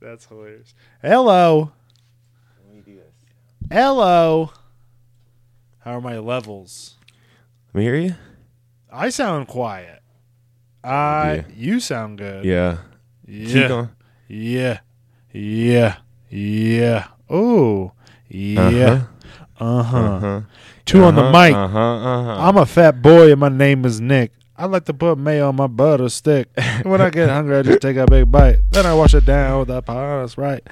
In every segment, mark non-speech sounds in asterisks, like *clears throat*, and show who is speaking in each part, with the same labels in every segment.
Speaker 1: That's hilarious. Hello.
Speaker 2: Let me do this.
Speaker 1: Hello. How are my levels?
Speaker 2: Let me hear you.
Speaker 1: I sound quiet. I you sound good.
Speaker 2: Yeah. Keep
Speaker 1: Yeah.
Speaker 2: going.
Speaker 1: Yeah. Yeah. Yeah. Oh. Yeah. Uh-huh.
Speaker 2: Uh-huh.
Speaker 1: 2 on the mic.
Speaker 2: Uh huh. Uh huh.
Speaker 1: I'm a fat boy and my name is Nick. I like to put mayo on my
Speaker 2: *laughs*
Speaker 1: butter stick. when I get hungry, I just take a big bite. Then I wash it down with a pint of Sprite.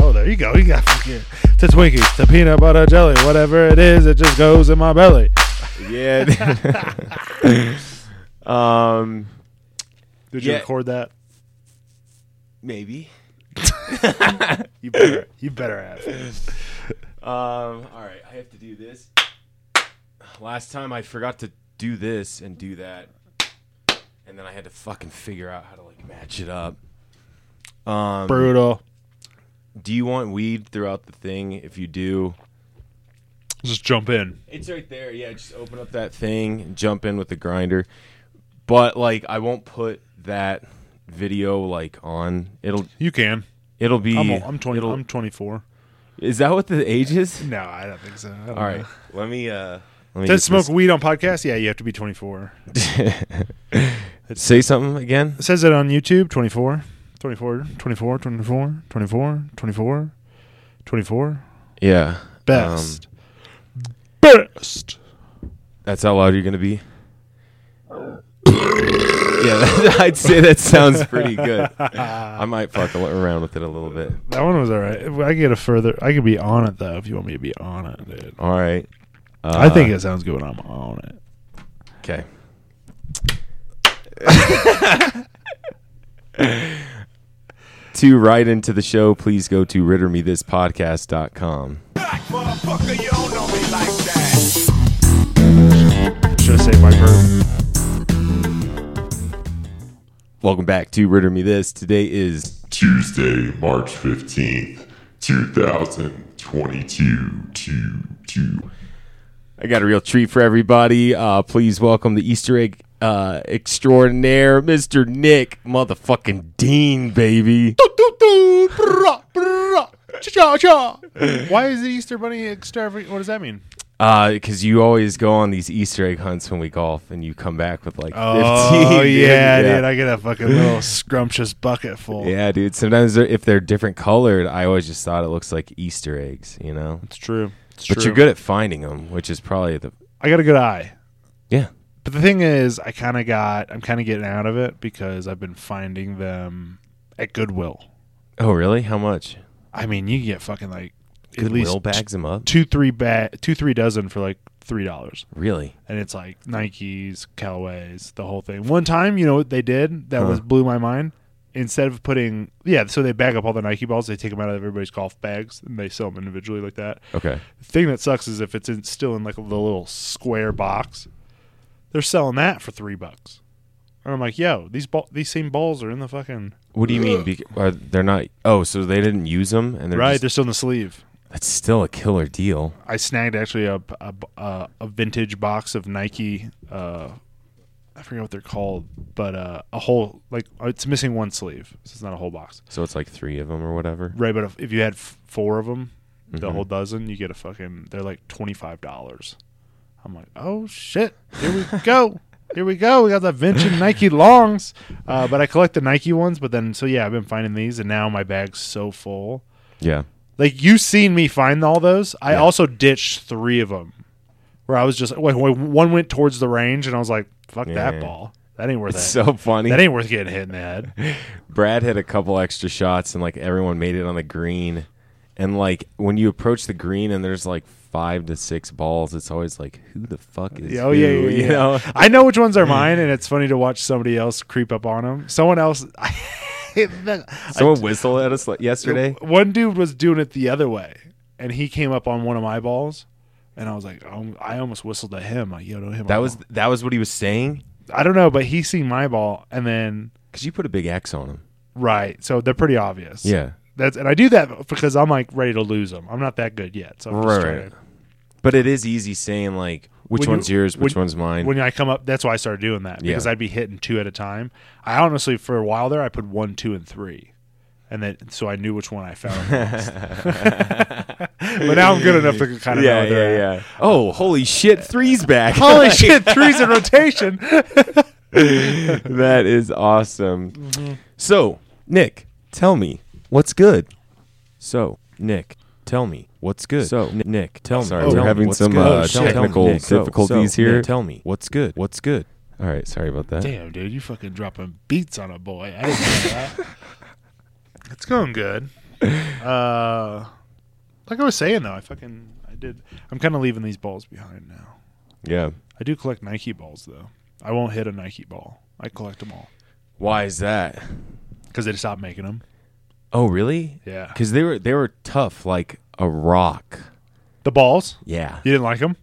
Speaker 1: Oh, there you go. You got fucking to Twinkies, to peanut butter jelly, whatever it is, it just goes in my belly.
Speaker 2: uh-huh.
Speaker 1: Ah.
Speaker 2: Yeah. *laughs* um.
Speaker 1: Did you
Speaker 2: Yeah.
Speaker 1: record that?
Speaker 2: Maybe. *coughs*
Speaker 1: You better. You better have.
Speaker 2: Um, all right, I have to do this. Last time I forgot to do this and do that, and then I had to fucking figure out how to like match it up. Um,
Speaker 1: Brutal.
Speaker 2: do you want weed throughout the thing? If you do,
Speaker 1: Just jump in.
Speaker 2: it's right there. Yeah, just open up that thing and jump in with the grinder. But like, I won't put that video like on. It'll
Speaker 1: You can.
Speaker 2: it'll be.
Speaker 1: I'm, I'm 20.
Speaker 2: it'll-
Speaker 1: I'm 24.
Speaker 2: is that what the age
Speaker 1: *laughs*
Speaker 2: is?
Speaker 1: No, I don't think so. I don't
Speaker 2: All right,
Speaker 1: know.
Speaker 2: let me. uh Let me
Speaker 1: To
Speaker 2: get
Speaker 1: smoke
Speaker 2: this-
Speaker 1: weed on podcast? Yeah, you have to be 24.
Speaker 2: *laughs* Say something again.
Speaker 1: It says it on YouTube 24, 24, 24, 24, 24, 24, 24.
Speaker 2: Yeah.
Speaker 1: Best.
Speaker 2: Um,
Speaker 1: Best.
Speaker 2: that's how loud you're going to
Speaker 1: *laughs*
Speaker 2: be. yeah, *laughs* that- I'd say that sounds pretty
Speaker 1: *laughs*
Speaker 2: good. I might fuck a li- around with it a little bit.
Speaker 1: That one was all right. If I get a further, I could be on it though if you want me to be on it, dude.
Speaker 2: All right. Uh,
Speaker 1: I think it sounds good when I'm on it.
Speaker 2: Okay. *laughs* to write into the show, please go to rittermethispodcast.com.
Speaker 3: Motherfucker, you don't know me like that.
Speaker 1: Should have saved my burp.
Speaker 2: Welcome back to Ritter Me This. Today is
Speaker 4: Tuesday, March 15th, 2022. Two, two.
Speaker 2: I got a real treat for everybody. Uh, please welcome the Easter egg uh, extraordinaire, Mr. Nick, motherfucking Dean, baby.
Speaker 1: Why is the Easter Bunny extravagant? What does that mean?
Speaker 2: Because Uh, you always go on these Easter egg hunts when we golf, and you come back with like 15.
Speaker 1: Oh
Speaker 2: *laughs* dude.
Speaker 1: yeah, dude! I get a fucking little scrumptious bucket full.
Speaker 2: yeah, dude. Sometimes they're, if they're different colored, I always just thought it looks like Easter eggs, you know?
Speaker 1: it's true. It's
Speaker 2: But you're good at finding them, which is probably the.
Speaker 1: I got a good eye.
Speaker 2: Yeah.
Speaker 1: But the thing is, I kind of got, I'm kind of getting out of it because I've been finding them at Goodwill.
Speaker 2: Oh, really? How much?
Speaker 1: I mean, you can get fucking like
Speaker 2: Goodwill
Speaker 1: at least
Speaker 2: bags them up?
Speaker 1: two, three ba- two, three dozen for like three dollars,
Speaker 2: Really?
Speaker 1: and it's like Nikes, Callaways, the whole thing. One time, you know what they did that was blew my mind. Instead of putting, yeah, so they bag up all the Nike balls, they take them out of everybody's golf bags and they sell them individually like that.
Speaker 2: Okay.
Speaker 1: The thing that sucks is if it's in, still in like the little square box, they're selling that for three bucks. And I'm like, yo, these ball, these same balls are in the fucking
Speaker 2: What do you mean? Bec- are, they're not. Oh, so they didn't use them, and they're
Speaker 1: right.
Speaker 2: just-
Speaker 1: They're still in the sleeve.
Speaker 2: That's still a killer deal.
Speaker 1: I snagged actually a a, a, a vintage box of Nike. Uh, I forget what they're called, but uh, a whole like it's missing one sleeve, so it's not a whole box.
Speaker 2: So it's like three of them or whatever.
Speaker 1: Right, but if, if you had f- four of them, the
Speaker 2: Mm-hmm.
Speaker 1: whole dozen, you get a fucking. They're like twenty five dollars. I'm like, oh shit, here
Speaker 2: *laughs*
Speaker 1: we go, here we go. We got the Venture Nike Longs, uh, but I collect the Nike ones. But then, so yeah, I've been finding these, and now my bag's so full.
Speaker 2: Yeah.
Speaker 1: Like you seen me find all those. I
Speaker 2: Yeah.
Speaker 1: also ditched three of them, where I was just wait, wait, one went towards the range, and I was like, fuck
Speaker 2: Yeah.
Speaker 1: that ball. That ain't worth
Speaker 2: It's
Speaker 1: that.
Speaker 2: so funny.
Speaker 1: that ain't worth getting hit in the head.
Speaker 2: Brad had a couple extra shots, and like everyone made it on the green. And like when you approach the green, and there's like five to six balls, it's always like, who the fuck is?
Speaker 1: Yeah, Oh
Speaker 2: who?
Speaker 1: yeah, yeah,
Speaker 2: you Mm.
Speaker 1: yeah.
Speaker 2: know.
Speaker 1: I know which ones are mine, and it's funny to watch somebody else creep up on them. Someone else, *laughs* I,
Speaker 2: Someone whistled at us like, yesterday.
Speaker 1: one dude was doing it the other way, and he came up on one of my balls, and I was like, um, I almost whistled at him, like, yo, don't hit my
Speaker 2: That was
Speaker 1: ball.
Speaker 2: that was what he was saying.
Speaker 1: I don't know, but he seen my ball, and then
Speaker 2: Cause you put a big X on him.
Speaker 1: right, so they're pretty obvious.
Speaker 2: Yeah.
Speaker 1: that's and I do that because I'm like ready to lose them. I'm not that good yet, so I'm just
Speaker 2: Right.
Speaker 1: trying to-
Speaker 2: But it is easy saying like, which
Speaker 1: When you-
Speaker 2: one's yours, which
Speaker 1: when-
Speaker 2: one's mine.
Speaker 1: when I come up, that's why I started doing that because
Speaker 2: Yeah.
Speaker 1: I'd be hitting two at a time. I honestly, for a while there, I put one, two, and three, and then so I knew which one I found. next. *laughs* but now I'm good
Speaker 2: *laughs*
Speaker 1: enough to kind of know.
Speaker 2: yeah,
Speaker 1: where they're
Speaker 2: yeah,
Speaker 1: at.
Speaker 2: yeah. Oh, holy shit! Three's back. *laughs*
Speaker 1: Holy shit, threes in rotation.
Speaker 2: *laughs* that is awesome. So, Nick, tell me what's good. So, Nick, tell me what's good. So, Ni- Nick, tell me.
Speaker 5: Sorry,
Speaker 2: tell
Speaker 5: we're
Speaker 2: me
Speaker 5: having
Speaker 2: what's
Speaker 5: some,
Speaker 2: good.
Speaker 5: uh,
Speaker 2: Tell me-
Speaker 5: technical
Speaker 2: Nick, so-
Speaker 5: difficulties
Speaker 2: so,
Speaker 5: here.
Speaker 2: Nick, tell me what's good. What's good?
Speaker 5: All right, sorry about that.
Speaker 1: Damn, dude, you fucking dropping beats on a boy. I
Speaker 2: *laughs*
Speaker 1: didn't know that. it's going good. Uh, like I was saying though, I fucking I did. I'm kind of leaving these balls behind now.
Speaker 5: Yeah.
Speaker 1: I do collect Nike balls though. I won't hit a Nike ball. I collect them all
Speaker 2: Why is that?
Speaker 1: because they stopped making them.
Speaker 2: Oh, really?
Speaker 1: Yeah,
Speaker 2: Because they were they were tough like a rock.
Speaker 1: the balls.
Speaker 2: Yeah.
Speaker 1: You didn't like them.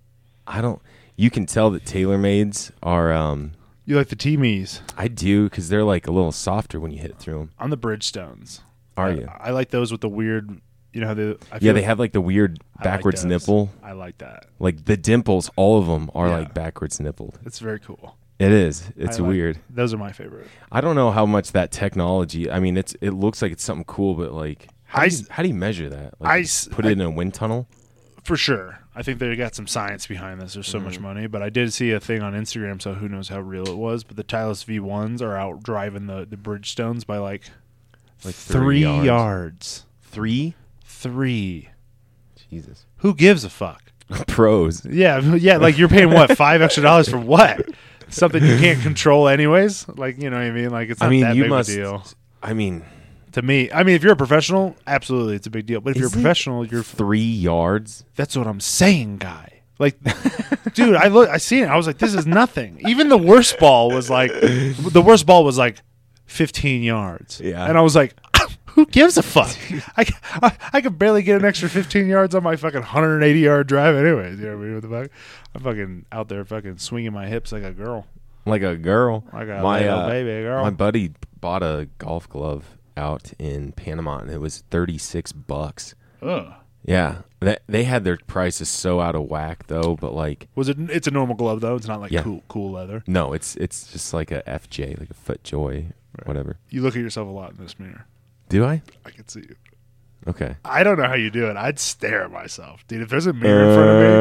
Speaker 2: I don't. You can tell that TaylorMade's are. um
Speaker 1: You like the Teamies.
Speaker 2: I do because they're like a little softer when you hit through them.
Speaker 1: I'm the Bridgestones.
Speaker 2: Are
Speaker 1: I,
Speaker 2: you?
Speaker 1: I like those with the weird. You know how they? I
Speaker 2: Yeah,
Speaker 1: feel-
Speaker 2: they have like the weird
Speaker 1: I like
Speaker 2: backwards
Speaker 1: those.
Speaker 2: nipple.
Speaker 1: I like that.
Speaker 2: Like the dimples, all of them are
Speaker 1: Yeah.
Speaker 2: like backwards nippled.
Speaker 1: It's very cool.
Speaker 2: It is. It's
Speaker 1: I like-
Speaker 2: weird.
Speaker 1: Those are my favorite.
Speaker 2: I don't know how much that technology. I mean, it's it looks like it's something cool, but like, how,
Speaker 1: I
Speaker 2: do, you,
Speaker 1: s-
Speaker 2: how do you measure that? Like,
Speaker 1: I
Speaker 2: you
Speaker 1: s-
Speaker 2: put it in a wind tunnel.
Speaker 1: For sure. I think they got some science behind this. There's so
Speaker 2: Mm-hmm.
Speaker 1: much money. But I did see a thing on Instagram, so who knows how real it was. But the Tylus V1s are out driving the, the Bridgestones by like,
Speaker 2: Like
Speaker 1: three,
Speaker 2: three
Speaker 1: yards.
Speaker 2: yards. Three.
Speaker 1: Three.
Speaker 2: Jesus. *laughs*
Speaker 1: Who gives a fuck?
Speaker 2: Pros.
Speaker 1: Yeah, *laughs* yeah. Like you're paying what five extra dollars for what? Something you can't control, anyways. Like you know what I mean. Like it's not
Speaker 2: I mean,
Speaker 1: that
Speaker 2: you
Speaker 1: big
Speaker 2: must.
Speaker 1: of a deal
Speaker 2: I mean,
Speaker 1: to me. I mean, if you're a professional, absolutely, it's a big deal. But if you're a
Speaker 2: Is it-
Speaker 1: professional, you're
Speaker 2: three yards.
Speaker 1: That's what I'm saying, guy. Like, dude, I look, I seen it. I was like, this is nothing. Even the worst ball was like, the worst ball was like 15 yards.
Speaker 2: Yeah.
Speaker 1: and I was like, *coughs* who gives a fuck? I, I, I could barely get an extra 15 yards on my fucking 180 yard drive, anyways. You know what I mean? What the fuck? I'm fucking out there, fucking swinging my hips like a girl.
Speaker 2: Like a girl. uh,
Speaker 1: I got a little baby girl.
Speaker 2: My buddy bought a golf glove out in Panama, and it was thirty six bucks.
Speaker 1: Ugh.
Speaker 2: Yeah, that they had their prices so out of whack though. But like,
Speaker 1: Was it? It's a normal glove though. It's not like
Speaker 2: Yeah.
Speaker 1: cool, cool leather.
Speaker 2: no, it's it's just like a FJ, like a foot joy, whatever.
Speaker 1: You look at yourself a lot in this mirror.
Speaker 2: Do I?
Speaker 1: I can see you.
Speaker 2: Okay.
Speaker 1: I don't know how you do it. I'd stare at myself, dude. If there's a mirror in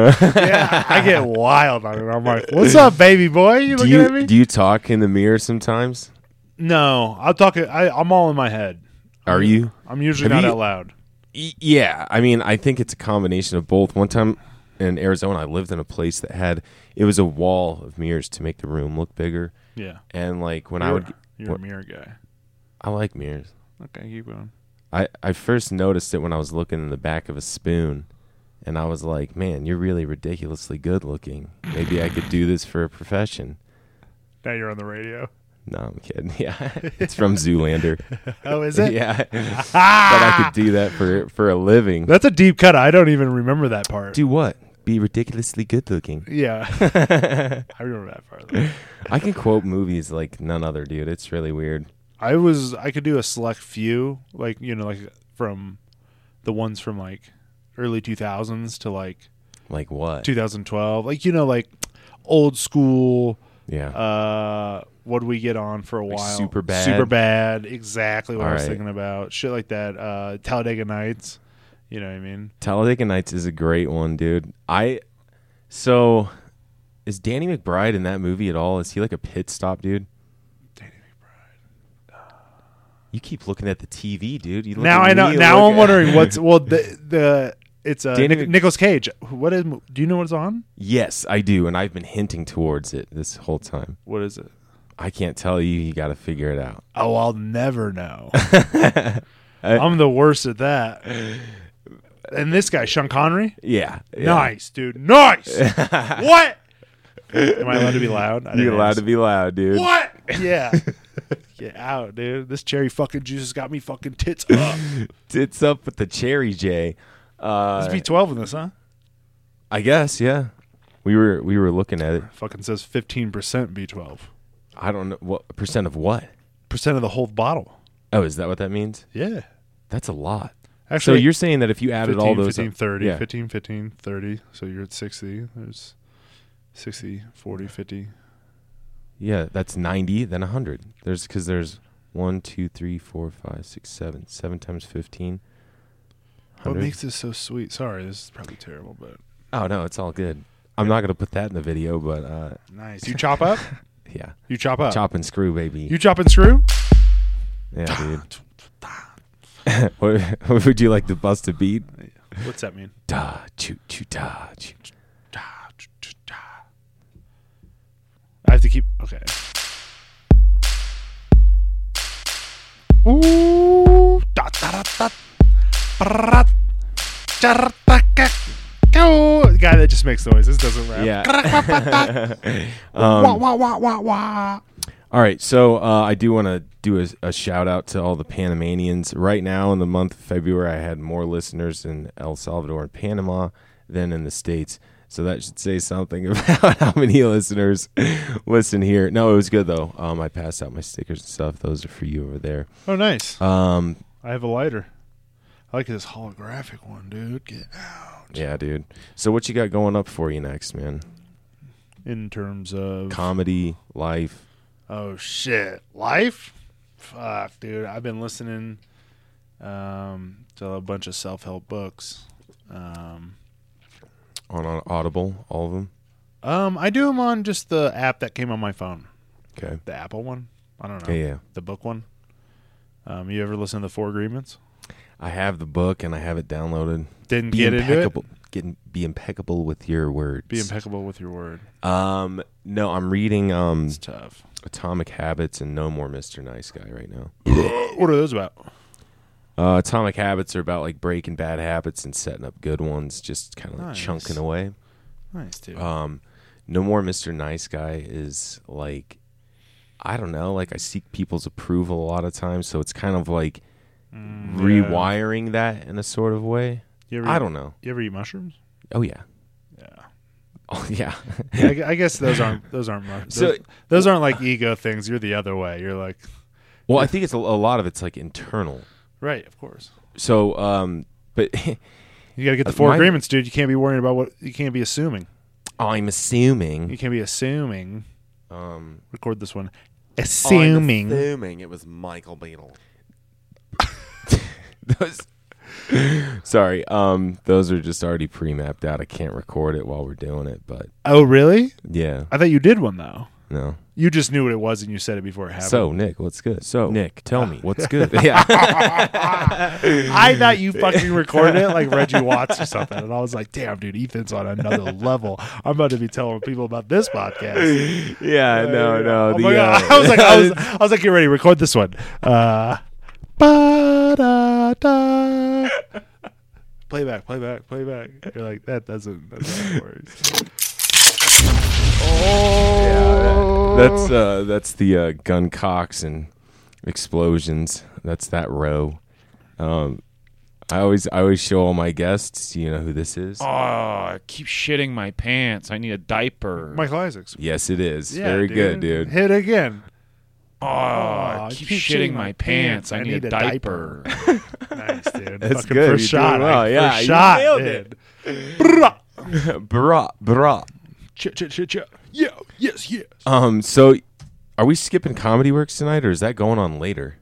Speaker 2: Uh.
Speaker 1: front of me, yeah, I
Speaker 2: *laughs*
Speaker 1: get wild on it. I'm like, "What's up, baby boy? You
Speaker 2: Do
Speaker 1: looking at me?"
Speaker 2: you do you talk in the mirror sometimes?
Speaker 1: no, I'll talk. I, I'm all in my head.
Speaker 2: Are you?
Speaker 1: I'm usually
Speaker 2: Have
Speaker 1: not
Speaker 2: you-
Speaker 1: out loud.
Speaker 2: Y- Yeah, I mean, I think it's a combination of both. One time in Arizona, I lived in a place that had it was a wall of mirrors to make the room look bigger,
Speaker 1: Yeah,
Speaker 2: and like when I
Speaker 1: you're,
Speaker 2: would,
Speaker 1: you're a mirror guy.
Speaker 2: I like mirrors.
Speaker 1: Okay, keep going.
Speaker 2: I, I first noticed it when I was looking in the back of a spoon, and I was like, man, you're really ridiculously good looking. Maybe I could do this for a profession.
Speaker 1: Now you're on the radio.
Speaker 2: No, I'm kidding. *laughs*
Speaker 1: *laughs*
Speaker 2: Yeah, it's from Zoolander.
Speaker 1: Oh, is it?
Speaker 2: *laughs*
Speaker 1: *laughs*
Speaker 2: yeah, but I could do that for for a living.
Speaker 1: That's a deep cut. I don't even remember that part.
Speaker 2: do what? Be ridiculously good looking.
Speaker 1: *laughs* Yeah, I remember that part. though.
Speaker 2: *laughs* I can quote movies like none other, dude. It's really weird.
Speaker 1: I was I could do a select few, like you know, like from the ones from like early 2000s to like
Speaker 2: Like what?
Speaker 1: 2012 like you know like old school
Speaker 2: Yeah.
Speaker 1: uh what did we get on for a while
Speaker 2: Superbad?
Speaker 1: super bad exactly what i was
Speaker 2: Alright.
Speaker 1: thinking about shit like that uh talladega nights you know what i mean
Speaker 2: Talladega Nights is a great one, dude. I so is Danny McBride in that movie at all? Is he like a pit stop, dude? Danny McBride. You keep looking at the TV, dude. You look
Speaker 1: now
Speaker 2: at
Speaker 1: i know
Speaker 2: me, you
Speaker 1: now
Speaker 2: look
Speaker 1: i'm
Speaker 2: at-
Speaker 1: wondering what's well the the it's uh,
Speaker 2: Danny
Speaker 1: Nic-
Speaker 2: Mc-
Speaker 1: Nicolas Cage. What is? Do you know what's on?
Speaker 2: Yes, I do, and I've been hinting towards it this whole time.
Speaker 1: What is it?
Speaker 2: I can't tell you. You got to figure it out.
Speaker 1: Oh, I'll never know. I'm the worst at that. And this guy, Sean Connery.
Speaker 2: Yeah. yeah.
Speaker 1: Nice, dude.
Speaker 2: *laughs*
Speaker 1: Nice. what? Am I allowed to be loud? I
Speaker 2: You're
Speaker 1: didn't
Speaker 2: allowed
Speaker 1: ask.
Speaker 2: to be loud, dude.
Speaker 1: What?
Speaker 2: *laughs*
Speaker 1: Yeah. Get out, dude. This cherry fucking juice has got me fucking tits
Speaker 2: *laughs*
Speaker 1: up.
Speaker 2: It's up with the cherry J. Uh,
Speaker 1: It's V12 in this, huh?
Speaker 2: I guess, yeah. We were we were looking at it.
Speaker 1: Fucking says 15% V12.
Speaker 2: I don't know what percent of what.
Speaker 1: Percent of the whole bottle.
Speaker 2: Oh, is that what that means?
Speaker 1: Yeah.
Speaker 2: That's a lot.
Speaker 1: Actually,
Speaker 2: so you're saying that if you added
Speaker 1: 15,
Speaker 2: all those
Speaker 1: 15,
Speaker 2: up-
Speaker 1: 30,
Speaker 2: yeah.
Speaker 1: 15, 15, 30. So you're at 60. There's 60, 40, 50.
Speaker 2: yeah, that's 90, then 100. There's cuz there's One, two, three, four, five, six, seven. Seven times fifteen.
Speaker 1: What
Speaker 2: 100.
Speaker 1: makes this so sweet? Sorry, this is probably terrible, but
Speaker 2: Oh no, it's all good. I'm not gonna put that in the video, but uh,
Speaker 1: nice. You
Speaker 2: *laughs*
Speaker 1: chop up?
Speaker 2: yeah,
Speaker 1: You chop up.
Speaker 2: chop and screw, baby.
Speaker 1: You chop and screw?
Speaker 2: *laughs* yeah, dude. what, what would you like to bust a beat?
Speaker 1: What's that mean?
Speaker 2: Da choo choo da choo.
Speaker 1: I have to keep. Okay. Ooh. Da, da, da, da. Brat. Jar, da, ka, go. The guy that just makes noises doesn't rap.
Speaker 2: Yeah.
Speaker 1: Wah, wah, wah, wah, wah.
Speaker 2: All right, so uh, I do want to do a, a shout out to all the Panamanians. Right now, in the month of February, I had more listeners in El Salvador and Panama than in the States. So that should say something *laughs* about how many listeners *laughs* listen here. No, it was good, though. Um, I passed out my stickers and stuff. Those are for you over there.
Speaker 1: Oh, nice.
Speaker 2: Um,
Speaker 1: I have a lighter. I like this holographic one, dude. Get out.
Speaker 2: yeah, dude. So, what you got going up for you next, man?
Speaker 1: In terms of.
Speaker 2: Comedy, life.
Speaker 1: Oh shit, life. Fuck, dude. I've been listening um, to a bunch of self-help books. Um,
Speaker 2: On, on Audible, all of them.
Speaker 1: um, I do them on just the app that came on my phone,
Speaker 2: Okay.
Speaker 1: the Apple one. I don't know.
Speaker 2: Yeah, yeah.
Speaker 1: The book one. Um, you ever listen to the Four Agreements?
Speaker 2: I have the book and I have it downloaded.
Speaker 1: Didn't
Speaker 2: be
Speaker 1: get into it.
Speaker 2: impeccable. Getting be impeccable with your words.
Speaker 1: Be impeccable with your word.
Speaker 2: um, no, I'm reading um
Speaker 1: It's tough.
Speaker 2: Atomic Habits and No More Mr. Nice Guy right now.
Speaker 1: What are those about?
Speaker 2: Uh, Atomic Habits are about like breaking bad habits and setting up good ones, just kind of like
Speaker 1: Nice.
Speaker 2: chunking away.
Speaker 1: Nice, dude.
Speaker 2: Um, No More Mr. Nice Guy is like, I don't know, like I seek people's approval a lot of times, so it's kind of like rewiring that in a sort of way.
Speaker 1: you ever,
Speaker 2: I don't know.
Speaker 1: You ever eat mushrooms?
Speaker 2: *laughs* Oh yeah,
Speaker 1: Yeah.
Speaker 2: *laughs* oh yeah. *laughs*
Speaker 1: I, gu- I guess those aren't those aren't mu- those,
Speaker 2: So-
Speaker 1: those aren't like ego things. You're the other way. You're like
Speaker 2: well, I think it's a, a lot of it's like internal.
Speaker 1: right, of course.
Speaker 2: So, um, but *laughs*
Speaker 1: You got to get the four
Speaker 2: my-
Speaker 1: agreements, dude. You can't be worrying about what you can't be assuming.
Speaker 2: I'm
Speaker 1: You
Speaker 2: assuming.
Speaker 1: can't be assuming.
Speaker 2: Um,
Speaker 1: Record this one.
Speaker 2: I'm
Speaker 1: Assuming.
Speaker 2: assuming it was Michael Beadle. *laughs* those, sorry, um, those are just already pre-mapped out. I can't record it while we're doing it, but
Speaker 1: Oh, really?
Speaker 2: yeah,
Speaker 1: I thought you did one though.
Speaker 2: no.
Speaker 1: You just knew what it was and you said it before it happened.
Speaker 2: So, Nick, what's good? So, Nick, tell me what's good. yeah, *laughs*
Speaker 1: I thought you fucking recorded it like Reggie Watts or something, and I was like, "Damn, dude, Ethan's on another level. I'm about to be telling people about this podcast."
Speaker 2: yeah, no, no.
Speaker 1: Oh
Speaker 2: the,
Speaker 1: my God.
Speaker 2: uh,
Speaker 1: *laughs* I was like,
Speaker 2: *laughs*
Speaker 1: I was, I was like, "Get ready, record this one." Uh, ba-da-da. Playback, playback, playback. You're like, that doesn't. That's how
Speaker 2: *laughs*
Speaker 1: it works.
Speaker 2: that's uh, that's the uh, gun cocks and explosions. That's that row. Um, I always I always show all my guests. You know who this is?
Speaker 5: Oh, I keep shitting my pants. I need a diaper.
Speaker 1: Michael Isaacs.
Speaker 2: Yes, it is.
Speaker 1: Yeah,
Speaker 2: Very good, dude.
Speaker 1: dude. Hit again.
Speaker 5: oh, I keep, shitting, my pants. I need, a, diaper.
Speaker 1: nice, dude.
Speaker 2: *laughs* That's
Speaker 1: Fucking
Speaker 2: good. You're
Speaker 1: First shot.
Speaker 2: doing well.
Speaker 1: Like,
Speaker 2: Yeah,
Speaker 1: first
Speaker 2: you
Speaker 1: shot.
Speaker 2: nailed
Speaker 1: dude.
Speaker 2: *laughs* Bra, bra.
Speaker 1: Ch- ch- ch- ch- Yeah. Yes. Yes.
Speaker 2: Um, so are we skipping Comedy Works tonight, or is that going on later?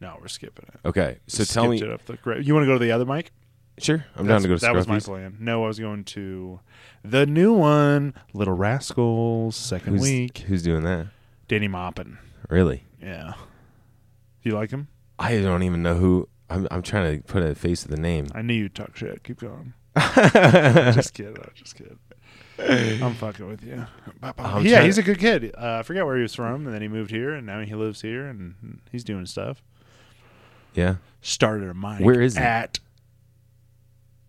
Speaker 1: No, we're skipping it.
Speaker 2: Okay, so
Speaker 1: Skipped
Speaker 2: tell me.
Speaker 1: it up the gra- You want to go to the other mic?
Speaker 2: Sure, I'm down
Speaker 1: That's-
Speaker 2: to go to
Speaker 1: That was my
Speaker 2: Scruffy's.
Speaker 1: plan. No, I was going to the new one, Little Rascals, second
Speaker 2: Who's,
Speaker 1: week.
Speaker 2: who's doing that?
Speaker 1: Danny Maupin.
Speaker 2: Really?
Speaker 1: Yeah. You like him?
Speaker 2: I don't even know who. I'm, I'm trying to put a face to the
Speaker 1: *laughs*
Speaker 2: name.
Speaker 1: I knew you'd talk shit.
Speaker 2: *laughs*
Speaker 1: Keep going. just kidding. I'm just kidding. I'm fucking with you.
Speaker 2: I'm
Speaker 1: yeah,
Speaker 2: try-
Speaker 1: he's a good kid. Uh, I forget where he was from, and then he moved here, and now he lives here, and he's doing stuff.
Speaker 2: Yeah.
Speaker 1: Started a mic.
Speaker 2: Where is he?
Speaker 1: at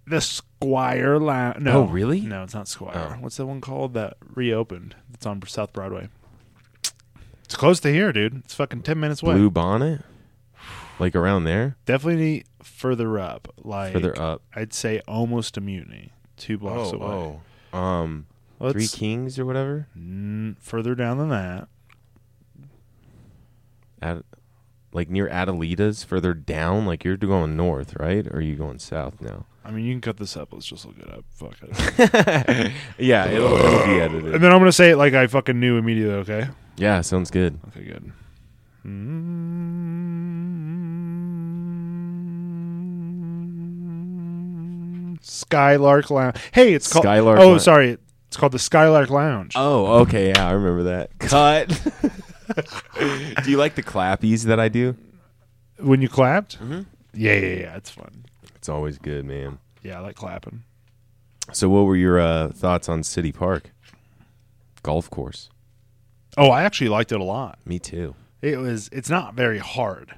Speaker 1: the Squire Lounge?
Speaker 2: Oh,
Speaker 1: No,
Speaker 2: really?
Speaker 1: No, it's not Squire.
Speaker 2: Oh.
Speaker 1: What's the one called that reopened? It's on South Broadway. It's close to here, dude. It's fucking ten minutes away.
Speaker 2: Blue bonnet, like around there,
Speaker 1: Definitely further up. Like
Speaker 2: further up.
Speaker 1: I'd say almost a mutiny. Two blocks away.
Speaker 2: oh, um,
Speaker 1: Let's-
Speaker 2: Three Kings or whatever.
Speaker 1: Mm, further down than that.
Speaker 2: At, like near Adelita's, further down. Like you're going north, right? Or are you going south
Speaker 1: *laughs*
Speaker 2: now? *laughs*
Speaker 1: I mean, you can cut this up. Let's just look it up. Fuck it.
Speaker 2: yeah, it'll, it'll be edited.
Speaker 1: and then I'm gonna say it like I fucking knew immediately. Okay.
Speaker 2: Yeah, sounds good.
Speaker 1: Okay. Good. Skylark Lounge. Hey, it's called
Speaker 2: Skylark
Speaker 1: Oh,
Speaker 2: Lounge.
Speaker 1: sorry, it's called the Skylark Lounge.
Speaker 2: Oh, okay. Yeah, I remember that. Cut. *laughs* do you like the clappies that I do?
Speaker 1: when you clapped,
Speaker 2: mm-hmm.
Speaker 1: yeah, yeah, yeah, it's fun.
Speaker 2: It's always good, man.
Speaker 1: Yeah, I like clapping.
Speaker 2: So, what were your uh, thoughts on City Park? Golf course.
Speaker 1: Oh, I actually liked it a lot.
Speaker 2: Me too.
Speaker 1: It was. It's not very hard.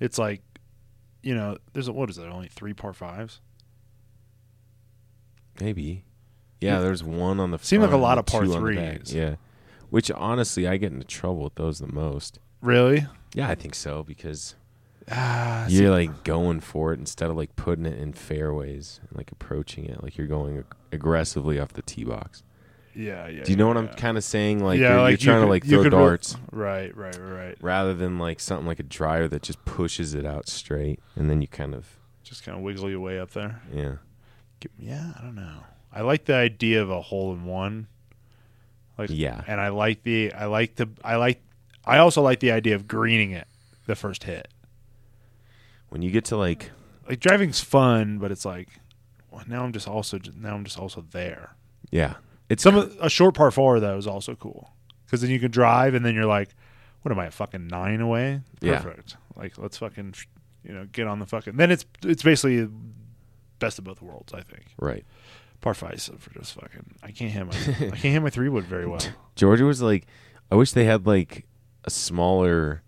Speaker 1: It's like, you know, there's a, what is there only three par fives?
Speaker 2: Maybe. Yeah, there's one on the
Speaker 1: Seemed like a
Speaker 2: front
Speaker 1: lot
Speaker 2: and
Speaker 1: of par
Speaker 2: two on the back.
Speaker 1: threes.
Speaker 2: Yeah. Which honestly, I get into trouble with those the most.
Speaker 1: Really?
Speaker 2: Yeah, I think so because
Speaker 1: Ah,
Speaker 2: you're like going for it instead of like putting it in fairways and like approaching it like you're going ag- aggressively off the tee box.
Speaker 1: yeah, yeah.
Speaker 2: Do you know what I'm
Speaker 1: yeah.
Speaker 2: kind of saying? Like,
Speaker 1: Yeah,
Speaker 2: you're,
Speaker 1: like, you
Speaker 2: you're trying
Speaker 1: could-
Speaker 2: to like
Speaker 1: you
Speaker 2: throw
Speaker 1: could re-
Speaker 2: darts
Speaker 1: Right, right, right.
Speaker 2: rather than like something like a driver that just pushes it out straight and then you kind of
Speaker 1: Just kind of wiggle your way up there.
Speaker 2: yeah.
Speaker 1: Give- Yeah, I don't know. I like the idea of a hole in one. Like
Speaker 2: Yeah.
Speaker 1: and I like the I like the I like I also like the idea of greening it the first hit.
Speaker 2: When you get to like
Speaker 1: Like driving's fun, but it's like well, now I'm just also now I'm just also there.
Speaker 2: yeah, it's
Speaker 1: Some of, a short par four though is also cool because then you can drive and then you're like, what am I a fucking nine away?
Speaker 2: Yeah.
Speaker 1: Perfect. Like let's fucking you know get on the fucking. Then it's it's basically best of both worlds. I think
Speaker 2: right.
Speaker 1: par fives for just fucking. I can't hit my I can't hit my three wood very
Speaker 2: *laughs*
Speaker 1: well.
Speaker 2: Georgia was like, I wish they had like a smaller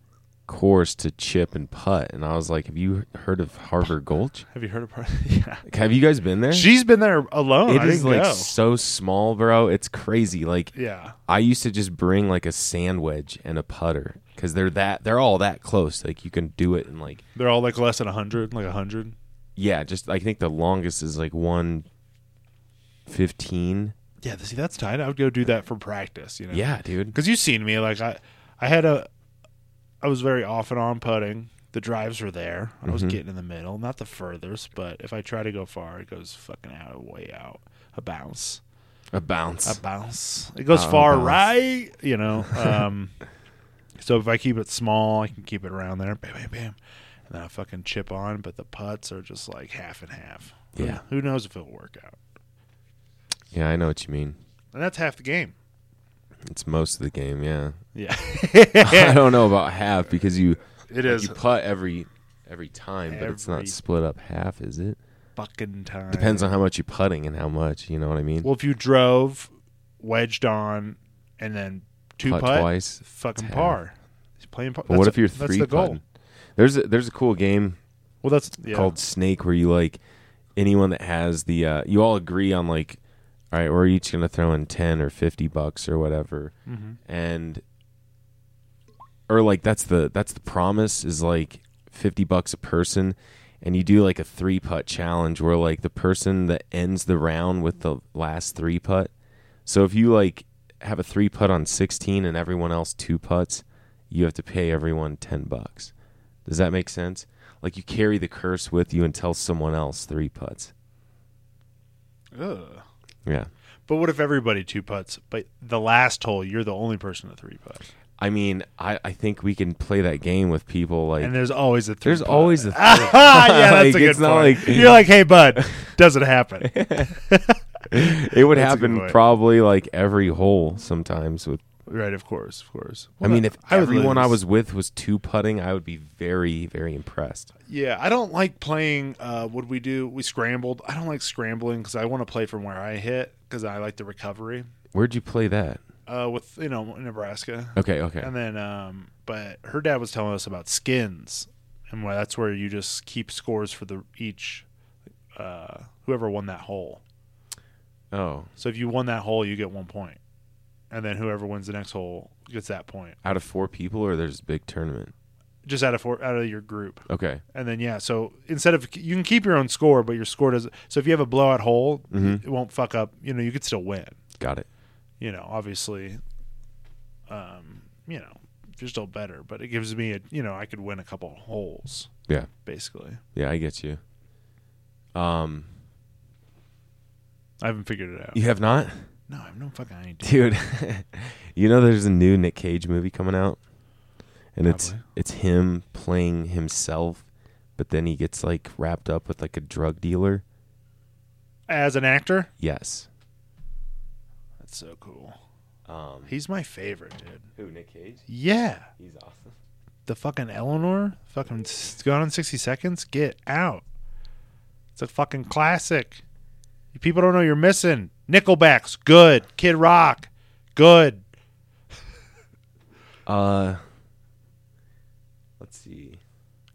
Speaker 2: course to chip and putt. And I was like, Have you heard of Harbor Gulch?
Speaker 1: Have you heard of par? *laughs* yeah.
Speaker 2: Like, Have you guys been there?
Speaker 1: She's been there alone.
Speaker 2: It
Speaker 1: Oh, I
Speaker 2: is
Speaker 1: didn't
Speaker 2: like
Speaker 1: go.
Speaker 2: so small, bro. It's crazy. Like
Speaker 1: yeah.
Speaker 2: I used to just bring like a sand wedge and a putter because they're that they're all that close. Like you can do it in like
Speaker 1: They're all like less than hundred, like hundred.
Speaker 2: yeah. Just I think the longest is like one fifteen.
Speaker 1: Yeah. See, that's tight. I would go do that for practice. You know.
Speaker 2: Yeah, dude.
Speaker 1: because you've seen me like i i had a i was very off and on putting the drives were there i was getting in the middle not the furthest but if i try to go far it goes fucking out way out a bounce
Speaker 2: A bounce.
Speaker 1: a bounce it goes
Speaker 2: Out of
Speaker 1: far
Speaker 2: bounds.
Speaker 1: right you know um so if i keep it small i can keep it around there bam bam bam and then i fucking chip on but the putts are just like half and half
Speaker 2: Yeah.
Speaker 1: who knows if it'll work out
Speaker 2: yeah, I know what you mean.
Speaker 1: and that's half the game
Speaker 2: It's most of the game. Yeah.
Speaker 1: yeah *laughs*
Speaker 2: *laughs* I don't know about half because you
Speaker 1: it is
Speaker 2: you putt every every time, but it's
Speaker 1: Every-
Speaker 2: not split up half, is it?
Speaker 1: fucking time
Speaker 2: Depends on how much you're putting and how much. You know what I mean?
Speaker 1: Well, if you drove, wedged on, and then two
Speaker 2: Putt
Speaker 1: putt,
Speaker 2: twice,
Speaker 1: fucking
Speaker 2: it's
Speaker 1: par. He's playing par.
Speaker 2: but what
Speaker 1: That's-
Speaker 2: if you're
Speaker 1: that's
Speaker 2: three
Speaker 1: the goal.
Speaker 2: putting? There's a, there's a cool game
Speaker 1: Well, that's yeah.
Speaker 2: called Snake where you like anyone that has the uh, you all agree on like all right, we're each gonna throw in ten or fifty bucks or whatever, and or like that's the that's the promise is like fifty bucks a person, and you do like a three putt challenge where like the person that ends the round with the last three putt. So if you like have a three putt on sixteen and everyone else two putts, you have to pay everyone ten bucks. Does that make sense? Like you carry the curse with you until someone else three putts.
Speaker 1: Ugh.
Speaker 2: Yeah.
Speaker 1: But what if everybody two putts? But the last hole, you're the only person to three putt,
Speaker 2: I mean, I, I think we can play that game with people. Like,
Speaker 1: and there's always a three.
Speaker 2: there's
Speaker 1: putt. *laughs* Ah,
Speaker 2: always a
Speaker 1: yeah,
Speaker 2: *laughs*
Speaker 1: that's
Speaker 2: Like,
Speaker 1: a good
Speaker 2: it's not like-
Speaker 1: point. you're like,
Speaker 2: *laughs*
Speaker 1: hey, bud, doesn't happen.
Speaker 2: it would
Speaker 1: That's a good
Speaker 2: happen
Speaker 1: point.
Speaker 2: probably like every hole sometimes. With
Speaker 1: right, of course, of course.
Speaker 2: I mean, if
Speaker 1: would
Speaker 2: everyone I
Speaker 1: lose.
Speaker 2: was with was two putting, I would be very very impressed.
Speaker 1: Yeah, I don't like playing. Uh, what we do, we scrambled. I don't like scrambling because I want to play from where I hit because I like the recovery.
Speaker 2: Where'd you play that?
Speaker 1: Uh, with you know Nebraska,
Speaker 2: Okay, okay.
Speaker 1: and then um, but her dad was telling us about skins, and why that's where you just keep scores for the each uh, whoever won that hole.
Speaker 2: oh,
Speaker 1: So if you won that hole, you get one point, and then whoever wins the next hole gets that point,
Speaker 2: out of four people, or there's a big tournament.
Speaker 1: just out of four, out of your group.
Speaker 2: Okay,
Speaker 1: And then yeah, so instead of you can keep your own score, but your score does. So if you have a blowout hole,
Speaker 2: Mhm.
Speaker 1: it won't fuck up. You know, you could still win.
Speaker 2: got it.
Speaker 1: You know, obviously, um, you know, you're still better, but it gives me a you know I could win a couple holes.
Speaker 2: Yeah.
Speaker 1: basically.
Speaker 2: Yeah, I get you. Um,
Speaker 1: I haven't figured it out.
Speaker 2: you have not,
Speaker 1: No, I have no fucking idea.
Speaker 2: dude. *laughs* you know, there's a new Nick Cage movie coming out, and it's
Speaker 1: Probably.
Speaker 2: it's him playing himself, but then he gets like wrapped up with like a drug dealer,
Speaker 1: as an actor.
Speaker 2: Yes.
Speaker 1: That's so cool.
Speaker 2: Um,
Speaker 1: He's my favorite, dude.
Speaker 2: who? Nick Cage?
Speaker 1: Yeah,
Speaker 2: He's awesome.
Speaker 1: the fucking Eleanor, fucking s- Gone in sixty seconds. Get out. It's a fucking classic. You people don't know you're missing. Nickelback's good. Kid Rock, good.
Speaker 2: Uh, let's see.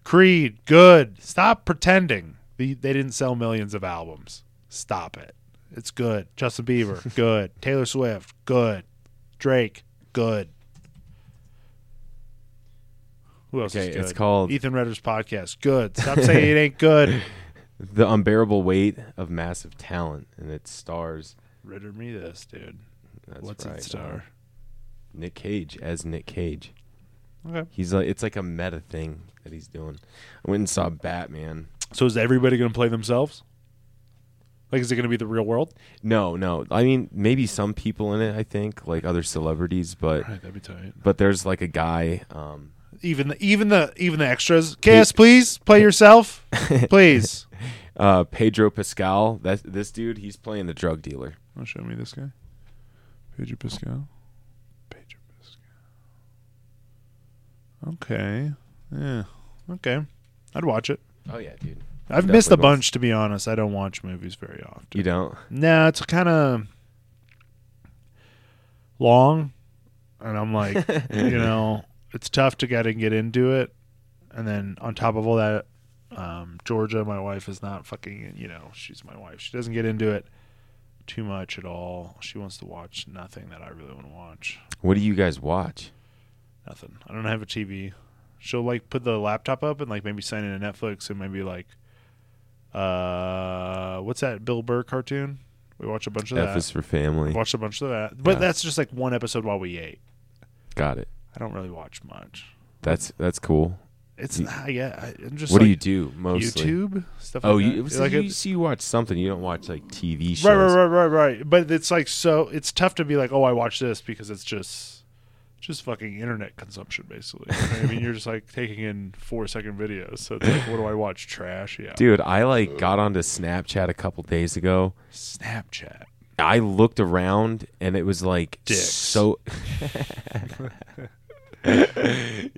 Speaker 1: Creed, good. Stop pretending they, they didn't sell millions of albums. Stop it. It's good. Justin
Speaker 2: *laughs*
Speaker 1: Bieber, good. Taylor Swift, good. Drake, good. Who else
Speaker 2: Okay,
Speaker 1: is good?
Speaker 2: it's called-
Speaker 1: Ethan Redder's podcast. Good. Stop saying it ain't
Speaker 2: *laughs*
Speaker 1: good.
Speaker 2: The unbearable weight of massive talent, and it stars.
Speaker 1: Ritter me this, dude.
Speaker 2: That's
Speaker 1: What's
Speaker 2: right,
Speaker 1: it star?
Speaker 2: Nick Cage as Nick Cage.
Speaker 1: Okay.
Speaker 2: He's like it's like a meta thing that he's doing. I went and saw Batman.
Speaker 1: So is everybody going to play themselves? Like, is it going to be the real world?
Speaker 2: No, no. I mean, maybe some people in it. I think like other celebrities, but
Speaker 1: Right, that'd be tight.
Speaker 2: but there's like a guy. Um,
Speaker 1: Even the even the even the extras. Kiss, please play
Speaker 2: *laughs*
Speaker 1: yourself, please.
Speaker 2: uh, Pedro Pascal. That this dude, he's playing the drug dealer.
Speaker 1: Want show me this guy? Pedro Pascal. Pedro Pascal. Okay. Yeah. Okay. I'd watch it.
Speaker 2: Oh yeah, dude.
Speaker 1: I've missed a
Speaker 2: Definitely
Speaker 1: bunch, to be honest. I don't watch movies very often.
Speaker 2: You don't.
Speaker 1: No, it's kind of long, and I'm like, you know, it's tough to get and get into it. And then on top of all that, um, Georgia, my wife, is not fucking. You know, she's my wife. She doesn't get into it too much at all. She wants to watch nothing that I really want to watch.
Speaker 2: What do you guys watch?
Speaker 1: Nothing. I don't have a TV. She'll like put the laptop up and like maybe sign into Netflix and maybe like, uh, what's that Bill Burr cartoon? We watch a bunch of
Speaker 2: F
Speaker 1: that.
Speaker 2: is for family.
Speaker 1: *laughs* Watched a bunch of that, but
Speaker 2: Yeah.
Speaker 1: that's just like one episode while we ate.
Speaker 2: Got it.
Speaker 1: I don't really watch much.
Speaker 2: That's that's cool.
Speaker 1: It's not, yeah. I- I'm just
Speaker 2: What do you
Speaker 1: like
Speaker 2: do mostly?
Speaker 1: YouTube stuff.
Speaker 2: Oh,
Speaker 1: like
Speaker 2: you,
Speaker 1: that.
Speaker 2: so
Speaker 1: like
Speaker 2: you,
Speaker 1: it's-
Speaker 2: so you watch something. You don't watch like TV shows.
Speaker 1: right, right, right, right, right. But it's like so. It's tough to be like, oh, I watch this because it's just, just fucking internet consumption basically. You know what I mean, you're just like taking in four second videos. So it's like, what do I watch? Trash. Yeah.
Speaker 2: Dude, I like got onto Snapchat a couple days ago.
Speaker 1: Snapchat. *laughs*
Speaker 2: I looked around and it was like
Speaker 1: Dicks. *laughs*
Speaker 2: so.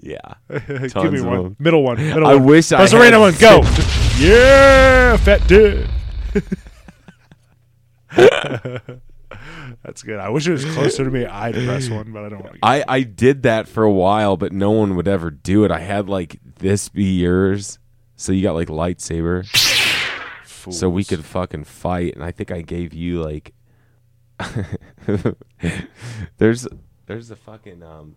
Speaker 2: yeah,
Speaker 1: Give me
Speaker 2: of
Speaker 1: one.
Speaker 2: them. *laughs*
Speaker 1: Middle one. Middle
Speaker 2: I
Speaker 1: one.
Speaker 2: wish I
Speaker 1: That's a
Speaker 2: had
Speaker 1: random
Speaker 2: a
Speaker 1: one. Go. *laughs* yeah, fat dick. *laughs* That's good. I wish it was closer to me. I'd press one, but I don't want to.
Speaker 2: I I did that for a while, but no one would ever do it. I had like this be yours, so you got like lightsaber, so we could fucking fight. And I think I gave you like. *laughs* there's there's the fucking um.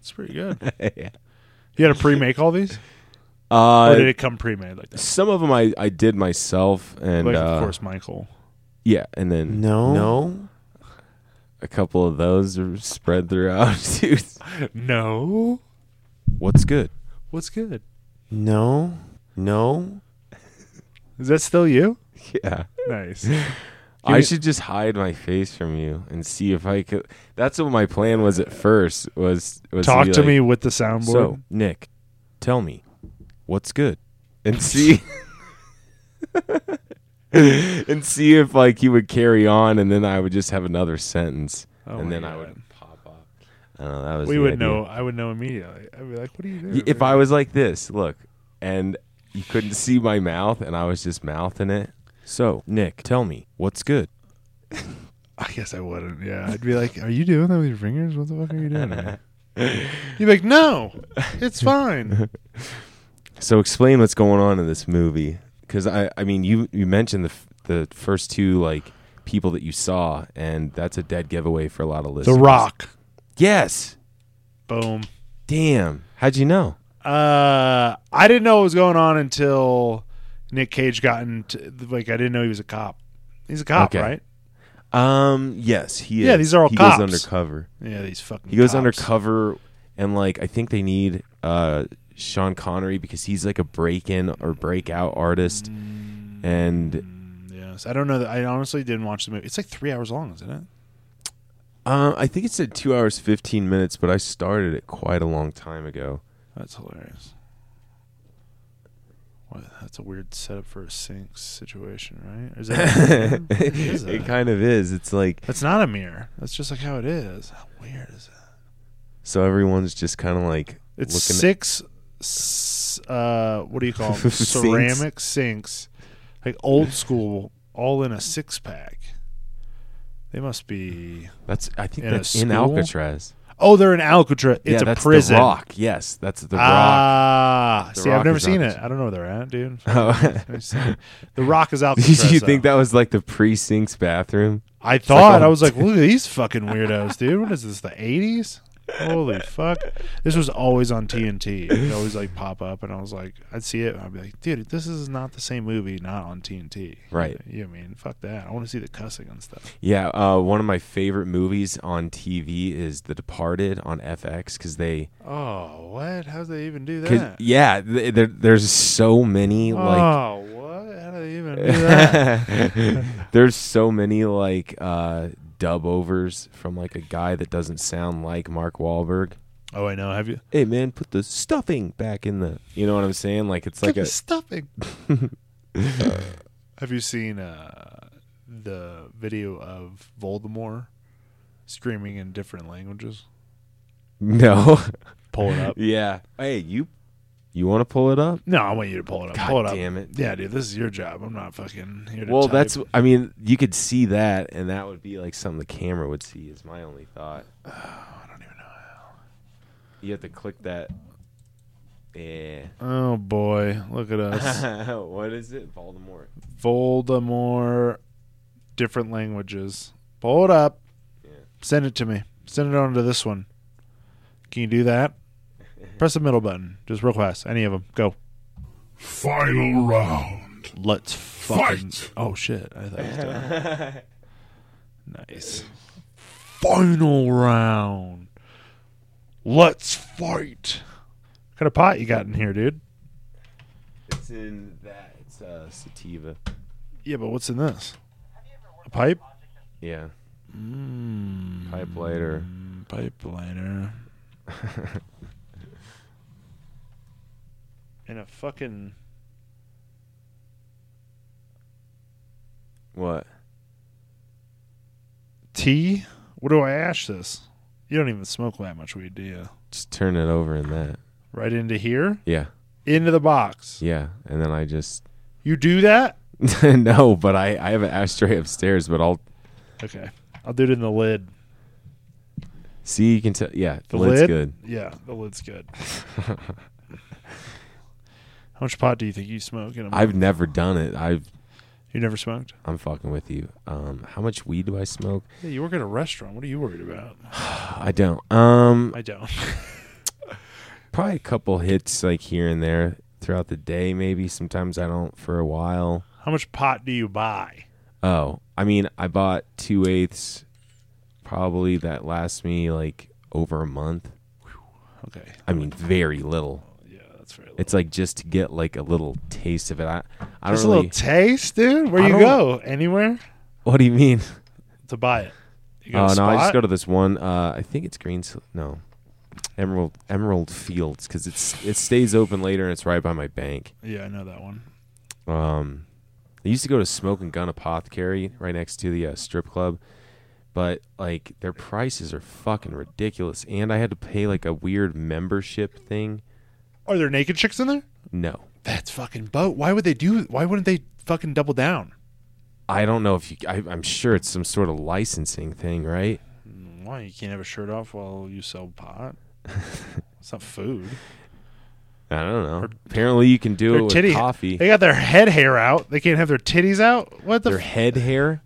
Speaker 1: It's pretty *laughs* good.
Speaker 2: yeah.
Speaker 1: You had to pre-make all these, or
Speaker 2: Uh,
Speaker 1: Oh, did it come pre-made like that?
Speaker 2: some of them I, I did myself and
Speaker 1: Like,
Speaker 2: uh,
Speaker 1: of course, Michael.
Speaker 2: Yeah, and then no, no, a couple of those are spread throughout. *laughs* Dude,
Speaker 1: No.
Speaker 2: what's good?
Speaker 1: What's good?
Speaker 2: No, no.
Speaker 1: Is that still you?
Speaker 2: Yeah, *laughs*
Speaker 1: Nice.
Speaker 2: I should just hide my face from you and see if I could. That's what my plan was at first. Was, was
Speaker 1: Talk
Speaker 2: be
Speaker 1: to
Speaker 2: like,
Speaker 1: me with the soundboard.
Speaker 2: So Nick, tell me what's good, and see. *laughs* and see if like he would carry on, and then I would just have another sentence,
Speaker 1: Oh
Speaker 2: and
Speaker 1: my
Speaker 2: then I
Speaker 1: God.
Speaker 2: would pop up. I don't know. That was
Speaker 1: we
Speaker 2: the
Speaker 1: would
Speaker 2: idea.
Speaker 1: know. I would know immediately. I'd be like, "What are you doing?"
Speaker 2: Y- if I was like this, look, and you couldn't see my mouth, and I was just mouthing it. So, Nick, tell me what's *laughs* good.
Speaker 1: I guess I wouldn't. Yeah, I'd be like, "Are you doing that with your fingers? What the fuck are you
Speaker 2: *laughs*
Speaker 1: doing?" man?" You'd be like, "No, it's *laughs* fine."
Speaker 2: So, explain what's going on in this movie, because I, I mean, you you mentioned the f- the first two like people that you saw, and that's a dead giveaway for a lot of
Speaker 1: the
Speaker 2: listeners.
Speaker 1: Rock.
Speaker 2: yes,
Speaker 1: Boom.
Speaker 2: damn, how'd you know?
Speaker 1: Uh, I didn't know what was going on until Nick Cage got into like I didn't know he was a cop. He's a cop,
Speaker 2: Okay.
Speaker 1: right?
Speaker 2: Um, yes, he
Speaker 1: Yeah,
Speaker 2: is.
Speaker 1: these are all
Speaker 2: he
Speaker 1: cops.
Speaker 2: goes undercover.
Speaker 1: Yeah, these fucking.
Speaker 2: He goes
Speaker 1: cops.
Speaker 2: undercover, and like I think they need uh, Sean Connery because he's like a break-in or breakout artist, and
Speaker 1: Yes, I don't know. That, I honestly didn't watch the movie. It's like three hours long, isn't it?
Speaker 2: uh, I think it said two hours fifteen minutes, but I started it quite a long time ago.
Speaker 1: That's hilarious. What, that's a weird setup for a sink situation, right? Is that
Speaker 2: *laughs*
Speaker 1: what it is
Speaker 2: it
Speaker 1: that?
Speaker 2: kind of is. It's like
Speaker 1: That's not a mirror. That's just like how it is. How weird is that?
Speaker 2: so everyone's just kind of like
Speaker 1: It's
Speaker 2: looking.
Speaker 1: six. s- uh, what do
Speaker 2: *laughs*
Speaker 1: you call them?
Speaker 2: Sinks.
Speaker 1: Ceramic sinks, like
Speaker 2: *laughs*
Speaker 1: old school, all in a six pack. They must be.
Speaker 2: that's I think
Speaker 1: in a
Speaker 2: that's in
Speaker 1: school?
Speaker 2: Alcatraz.
Speaker 1: Oh, they're in Alcatraz. It's
Speaker 2: yeah,
Speaker 1: a
Speaker 2: that's
Speaker 1: prison.
Speaker 2: The Rock. Yes, that's the Rock.
Speaker 1: Ah,
Speaker 2: The
Speaker 1: see,
Speaker 2: Rock
Speaker 1: I've never
Speaker 2: is
Speaker 1: seen it.
Speaker 2: Alcatraz.
Speaker 1: I don't know where they're
Speaker 2: *laughs*
Speaker 1: at, dude.
Speaker 2: Oh.
Speaker 1: the Rock is
Speaker 2: Did *laughs*
Speaker 1: Alcatraz.
Speaker 2: you
Speaker 1: though.
Speaker 2: think that was like the pre-sinks bathroom?
Speaker 1: I thought
Speaker 2: all-
Speaker 1: I was
Speaker 2: *laughs*
Speaker 1: like, look at these fucking weirdos, dude. What is this? The eighties? Holy fuck! This was always on TNT. It would always like pop up, and I was like, I'd see it, and I'd be like, dude, this is not the same movie, not on TNT.
Speaker 2: Right.
Speaker 1: You know what I mean fuck that? I want to see the cussing and stuff.
Speaker 2: Yeah, uh, one of my favorite movies on TV is The Departed on FX because they,
Speaker 1: Oh, what? How do they even do
Speaker 2: 'cause-
Speaker 1: that?
Speaker 2: yeah, th- there, there's so many like,
Speaker 1: oh, what? How do they even do
Speaker 2: *laughs*
Speaker 1: that?
Speaker 2: there's so many like uh, dub overs from like a guy that doesn't sound like Mark Wahlberg.
Speaker 1: oh, I know. Have you?
Speaker 2: Hey man, put the stuffing back in the, you know what I'm saying? Like it's like
Speaker 1: Give me
Speaker 2: a
Speaker 1: stuffing. Uh, Have you seen uh, the video of Voldemort screaming in different languages?
Speaker 2: *laughs* no, *laughs*
Speaker 1: Pull it up.
Speaker 2: yeah. Hey, you, you want to pull it up?
Speaker 1: No, I want you to pull it up.
Speaker 2: God
Speaker 1: pull it up.
Speaker 2: damn it.
Speaker 1: Yeah, dude, this is your job. I'm not fucking here to
Speaker 2: Well,
Speaker 1: type.
Speaker 2: that's. I mean, you could see that, and that would be like something the camera would see. Is my only thought. *sighs* I don't even know how. You have to click *laughs* that. Eh. Yeah.
Speaker 1: Oh boy, look
Speaker 2: *laughs*
Speaker 1: at us.
Speaker 2: what is it, *laughs* Voldemort?
Speaker 1: Voldemort different languages. Pull it up. Send it to me. Send it on to this one. Can you
Speaker 2: *laughs*
Speaker 1: do that? Press the middle button. Just real fast. Any of them. Go.
Speaker 4: Final round.
Speaker 1: Let's fucking.
Speaker 4: Fight!
Speaker 1: Oh shit! I thought it was *laughs* done.
Speaker 2: uh,
Speaker 1: nice. Final round. Let's fight. What kind of pot you got in here, dude?
Speaker 2: It's in that. It's uh, sativa.
Speaker 1: Yeah, but what's in this? A pipe?
Speaker 2: Yeah. Pipe lighter.
Speaker 1: Pipe *laughs* liner. and a fucking.
Speaker 2: What?
Speaker 1: Tea? What do I ash this? You don't even smoke that much weed, do you?
Speaker 2: Just turn it over in that.
Speaker 1: Right into here?
Speaker 2: Yeah.
Speaker 1: Into the box.
Speaker 2: Yeah. And then I just. *laughs*
Speaker 1: You do that?
Speaker 2: no, but I I have an ashtray upstairs, but I'll
Speaker 1: Okay. I'll do it in the lid.
Speaker 2: see. You can tell. Yeah,
Speaker 1: The
Speaker 2: lid's
Speaker 1: lid?
Speaker 2: good.
Speaker 1: Yeah, the lid's
Speaker 2: *laughs*
Speaker 1: good. How much pot do you think you smoke in a month?
Speaker 2: I've never done it. I've
Speaker 1: you never smoked?
Speaker 2: I'm fucking with you. Um, how much weed do I smoke?
Speaker 1: Yeah, you work at a restaurant. What are you worried about?
Speaker 2: I don't. Um,
Speaker 1: I don't.
Speaker 2: probably a couple hits like here and there throughout the day. Maybe sometimes I don't for a while.
Speaker 1: How much pot do you buy?
Speaker 2: Oh, I mean, I bought two eighths. Probably that lasts me like over a month.
Speaker 1: Okay.
Speaker 2: I mean, very little.
Speaker 1: Yeah, that's fair.
Speaker 2: It's like just to get like a little taste of it. I, I don't
Speaker 1: Just a
Speaker 2: really.
Speaker 1: little taste, dude. Where
Speaker 2: I
Speaker 1: you
Speaker 2: don't-
Speaker 1: go? Anywhere
Speaker 2: what do you mean?
Speaker 1: to buy it? You
Speaker 2: Oh
Speaker 1: got a
Speaker 2: no, I just
Speaker 1: spot?
Speaker 2: go to this one. Uh, I think it's Green. No, Emerald Emerald Fields because it's it stays open later and it's right by my bank.
Speaker 1: Yeah, I know that one.
Speaker 2: Um, I used to go to Smoke and Gun Apothecary right next to the uh, strip club, but like their prices are fucking ridiculous, and I had to pay like a weird membership thing.
Speaker 1: Are there naked chicks in there?
Speaker 2: No,
Speaker 1: That's fucking boat. Why would they do? Why wouldn't they fucking double down?
Speaker 2: I don't know if you. I, I'm sure it's some sort of licensing thing, right?
Speaker 1: Why you can't have a shirt off while you sell
Speaker 2: *laughs*
Speaker 1: pot? It's not food.
Speaker 2: I don't know. Apparently, you can do it
Speaker 1: Their
Speaker 2: with
Speaker 1: titty.
Speaker 2: coffee.
Speaker 1: They got their head hair out. They can't have their titties out. What the?
Speaker 2: Their
Speaker 1: f-
Speaker 2: head hair.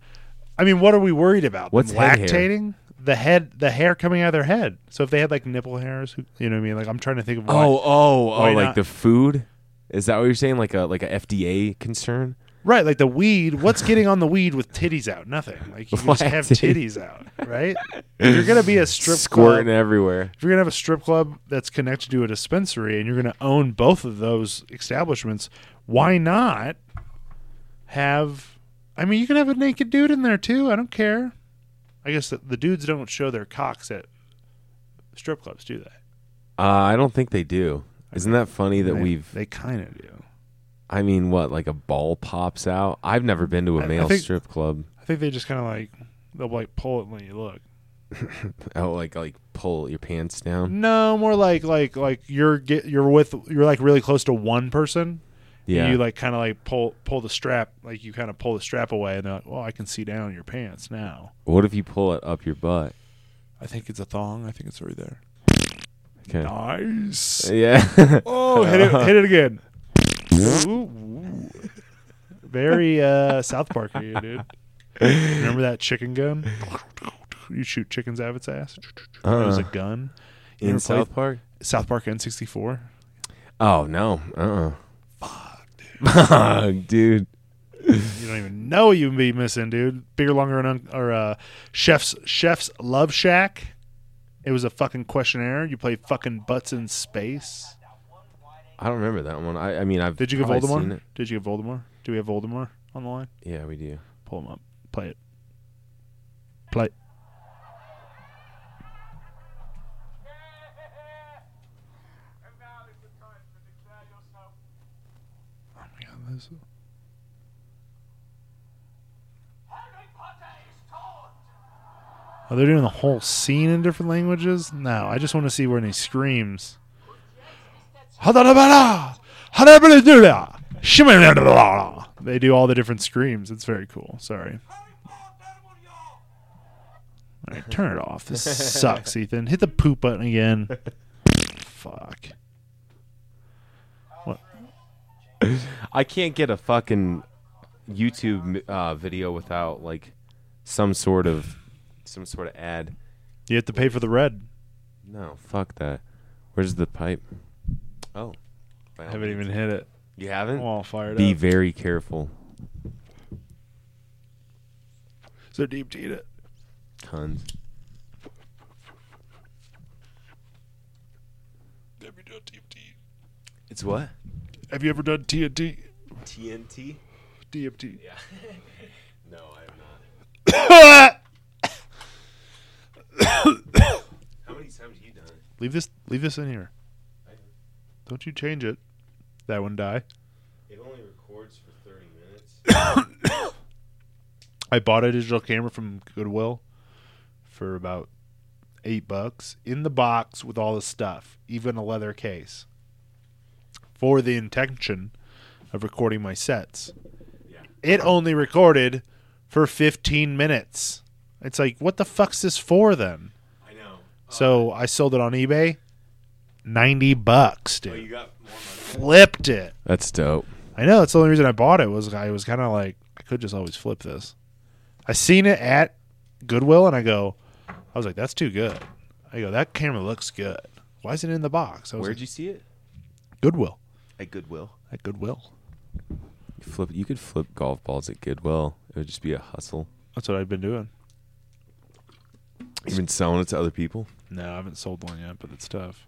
Speaker 1: I mean, what are we worried about?
Speaker 2: What's
Speaker 1: Them
Speaker 2: head hair?
Speaker 1: lactating? The head, the hair coming out of their head. So if they had like nipple hairs, who- you know what I mean? Like I'm trying to think of. why-
Speaker 2: Oh, oh, oh!
Speaker 1: Why
Speaker 2: Like
Speaker 1: not?
Speaker 2: the food. Is that what you're saying? Like a like a FDA concern?
Speaker 1: Right, like the weed. What's getting on the weed with titties out? Nothing. Like
Speaker 2: *laughs*
Speaker 1: you can just
Speaker 2: Why
Speaker 1: have
Speaker 2: titties?
Speaker 1: titties out, right? If you're
Speaker 2: *laughs*
Speaker 1: gonna be a strip
Speaker 2: Squirting
Speaker 1: club.
Speaker 2: everywhere.
Speaker 1: If you're gonna have a strip club that's connected to a dispensary, and you're gonna own both of those establishments, why not have? I mean, you can have a naked dude in there too. I don't care. I guess the, the dudes don't show their cocks at strip clubs, do they?
Speaker 2: Uh, I don't think they do. Isn't that funny that
Speaker 1: They-
Speaker 2: we've?
Speaker 1: They kind of do.
Speaker 2: I mean, what like a ball pops out? I've never been to
Speaker 1: I-
Speaker 2: a
Speaker 1: I
Speaker 2: male
Speaker 1: think-
Speaker 2: strip club.
Speaker 1: I think they just kind of like they'll like pull it and let you look.
Speaker 2: Oh, like like pull your pants down.
Speaker 1: No, more like like like you're get you're with you're like really close to one person. and
Speaker 2: Yeah,
Speaker 1: Mm-hmm. You like kind of like pull pull the strap like you kind of pull the strap away and they're like, well, I can see down your pants now.
Speaker 2: What if you pull it up your
Speaker 1: *laughs*
Speaker 2: butt?
Speaker 1: I think it's a thong. I think it's right there.
Speaker 2: Okay.
Speaker 1: Nice.
Speaker 2: Yeah. *laughs*
Speaker 1: Oh, hit it hit it again. Ooh. Very uh, South Park of you, dude. Remember that chicken gun? You shoot chickens out of its ass. It was a
Speaker 2: Uh,
Speaker 1: gun. You
Speaker 2: in
Speaker 1: ever played
Speaker 2: South Park?
Speaker 1: South Park N64.
Speaker 2: Oh no. Uh. uh *laughs* Fuck, dude.
Speaker 1: You don't even know what you be missing, dude. Bigger, longer, and un- or uh, chef's chef's love shack. It was a fucking questionnaire. You play fucking butts in space.
Speaker 2: I don't remember that one. I, I mean, Oh, I've
Speaker 1: Did you get
Speaker 2: probably seen
Speaker 1: Voldemort?
Speaker 2: it.
Speaker 1: Did you get Voldemort? Do we have Voldemort on the line?
Speaker 2: Yeah, we do.
Speaker 1: Pull him up. Play it. Play. Oh my god, this. Are they doing the whole scene in different languages? No, I just want to see when he screams. "Hadarabara! Hadarabara-dura! Shimarabara!" They do all the different screams. It's very cool. Sorry. All right, turn it off. This sucks, Ethan. Hit the poop button again. Fuck.
Speaker 2: I can't get a fucking YouTube uh, video without like some sort of some sort of ad.
Speaker 1: You have to pay for the red.
Speaker 2: No, fuck that. Where's the pipe? Oh, By all means.
Speaker 1: even hit it. Oh,
Speaker 2: You haven't.
Speaker 1: I'm all fired
Speaker 2: Be
Speaker 1: up.
Speaker 2: very careful,
Speaker 1: So deep to eat it.
Speaker 2: tons.
Speaker 1: Have you done DMT?
Speaker 2: It's what
Speaker 1: Have you ever done TNT?
Speaker 2: TNT?
Speaker 1: DMT. Yeah.
Speaker 2: No, I have not. *coughs* How many times have you done it?
Speaker 1: Leave this. Leave this in here. Don't you change it. That one die.
Speaker 2: It only records for thirty minutes.
Speaker 1: I bought a digital camera from Goodwill for about eight bucks in the box with all the stuff, even a leather case, for the intention of recording my sets. It only recorded for 15 minutes. It's like, what the fuck's this for then?
Speaker 2: I know. Oh,
Speaker 1: So I sold it on eBay. 90 bucks, dude.
Speaker 2: Oh, got more money.
Speaker 1: Flipped it.
Speaker 2: That's dope.
Speaker 1: I know that's the only reason I bought it was I was kind of like I could just always flip this. I seen it at Goodwill and I go, I was like, that's too good. I go, that camera looks good. Why is it in the box? I was
Speaker 2: Where'd
Speaker 1: like,
Speaker 2: you see it?
Speaker 1: Goodwill
Speaker 2: At Goodwill.
Speaker 1: at Goodwill.
Speaker 2: Flip. You could flip golf balls at Goodwill. It would just be a hustle.
Speaker 1: That's what I've been doing.
Speaker 2: You've been selling it to other people.
Speaker 1: No, I haven't sold one yet, but it's tough.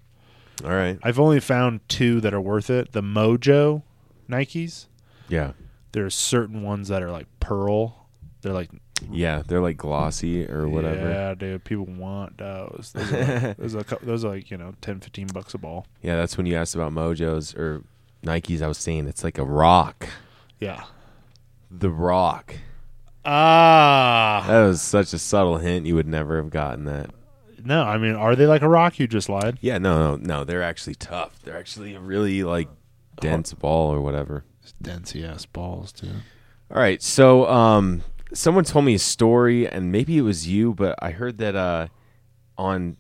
Speaker 2: All right.
Speaker 1: I've only found two that are worth it. The Mojo Nikes.
Speaker 2: Yeah.
Speaker 1: There's certain ones that are like pearl. They're like
Speaker 2: Yeah. They're like glossy or whatever. Yeah,
Speaker 1: Yeah, dude. People want those. Those are like, those, are, *laughs* like- those are like you know 10, 15 bucks a ball.
Speaker 2: that's when you asked about Mojos or Nikes. I was saying it's like a rock.
Speaker 1: Yeah.
Speaker 2: The rock.
Speaker 1: Ah.
Speaker 2: That was such a subtle hint. You would never have gotten that.
Speaker 1: No, I mean, are they like a rock? You just lied.
Speaker 2: Yeah. No. No. No. They're actually tough. They're actually a really like dense ball or whatever.
Speaker 1: Densey ass balls, dude.
Speaker 2: All right. So, um, someone told me a story, and maybe it was you, but I heard that uh, on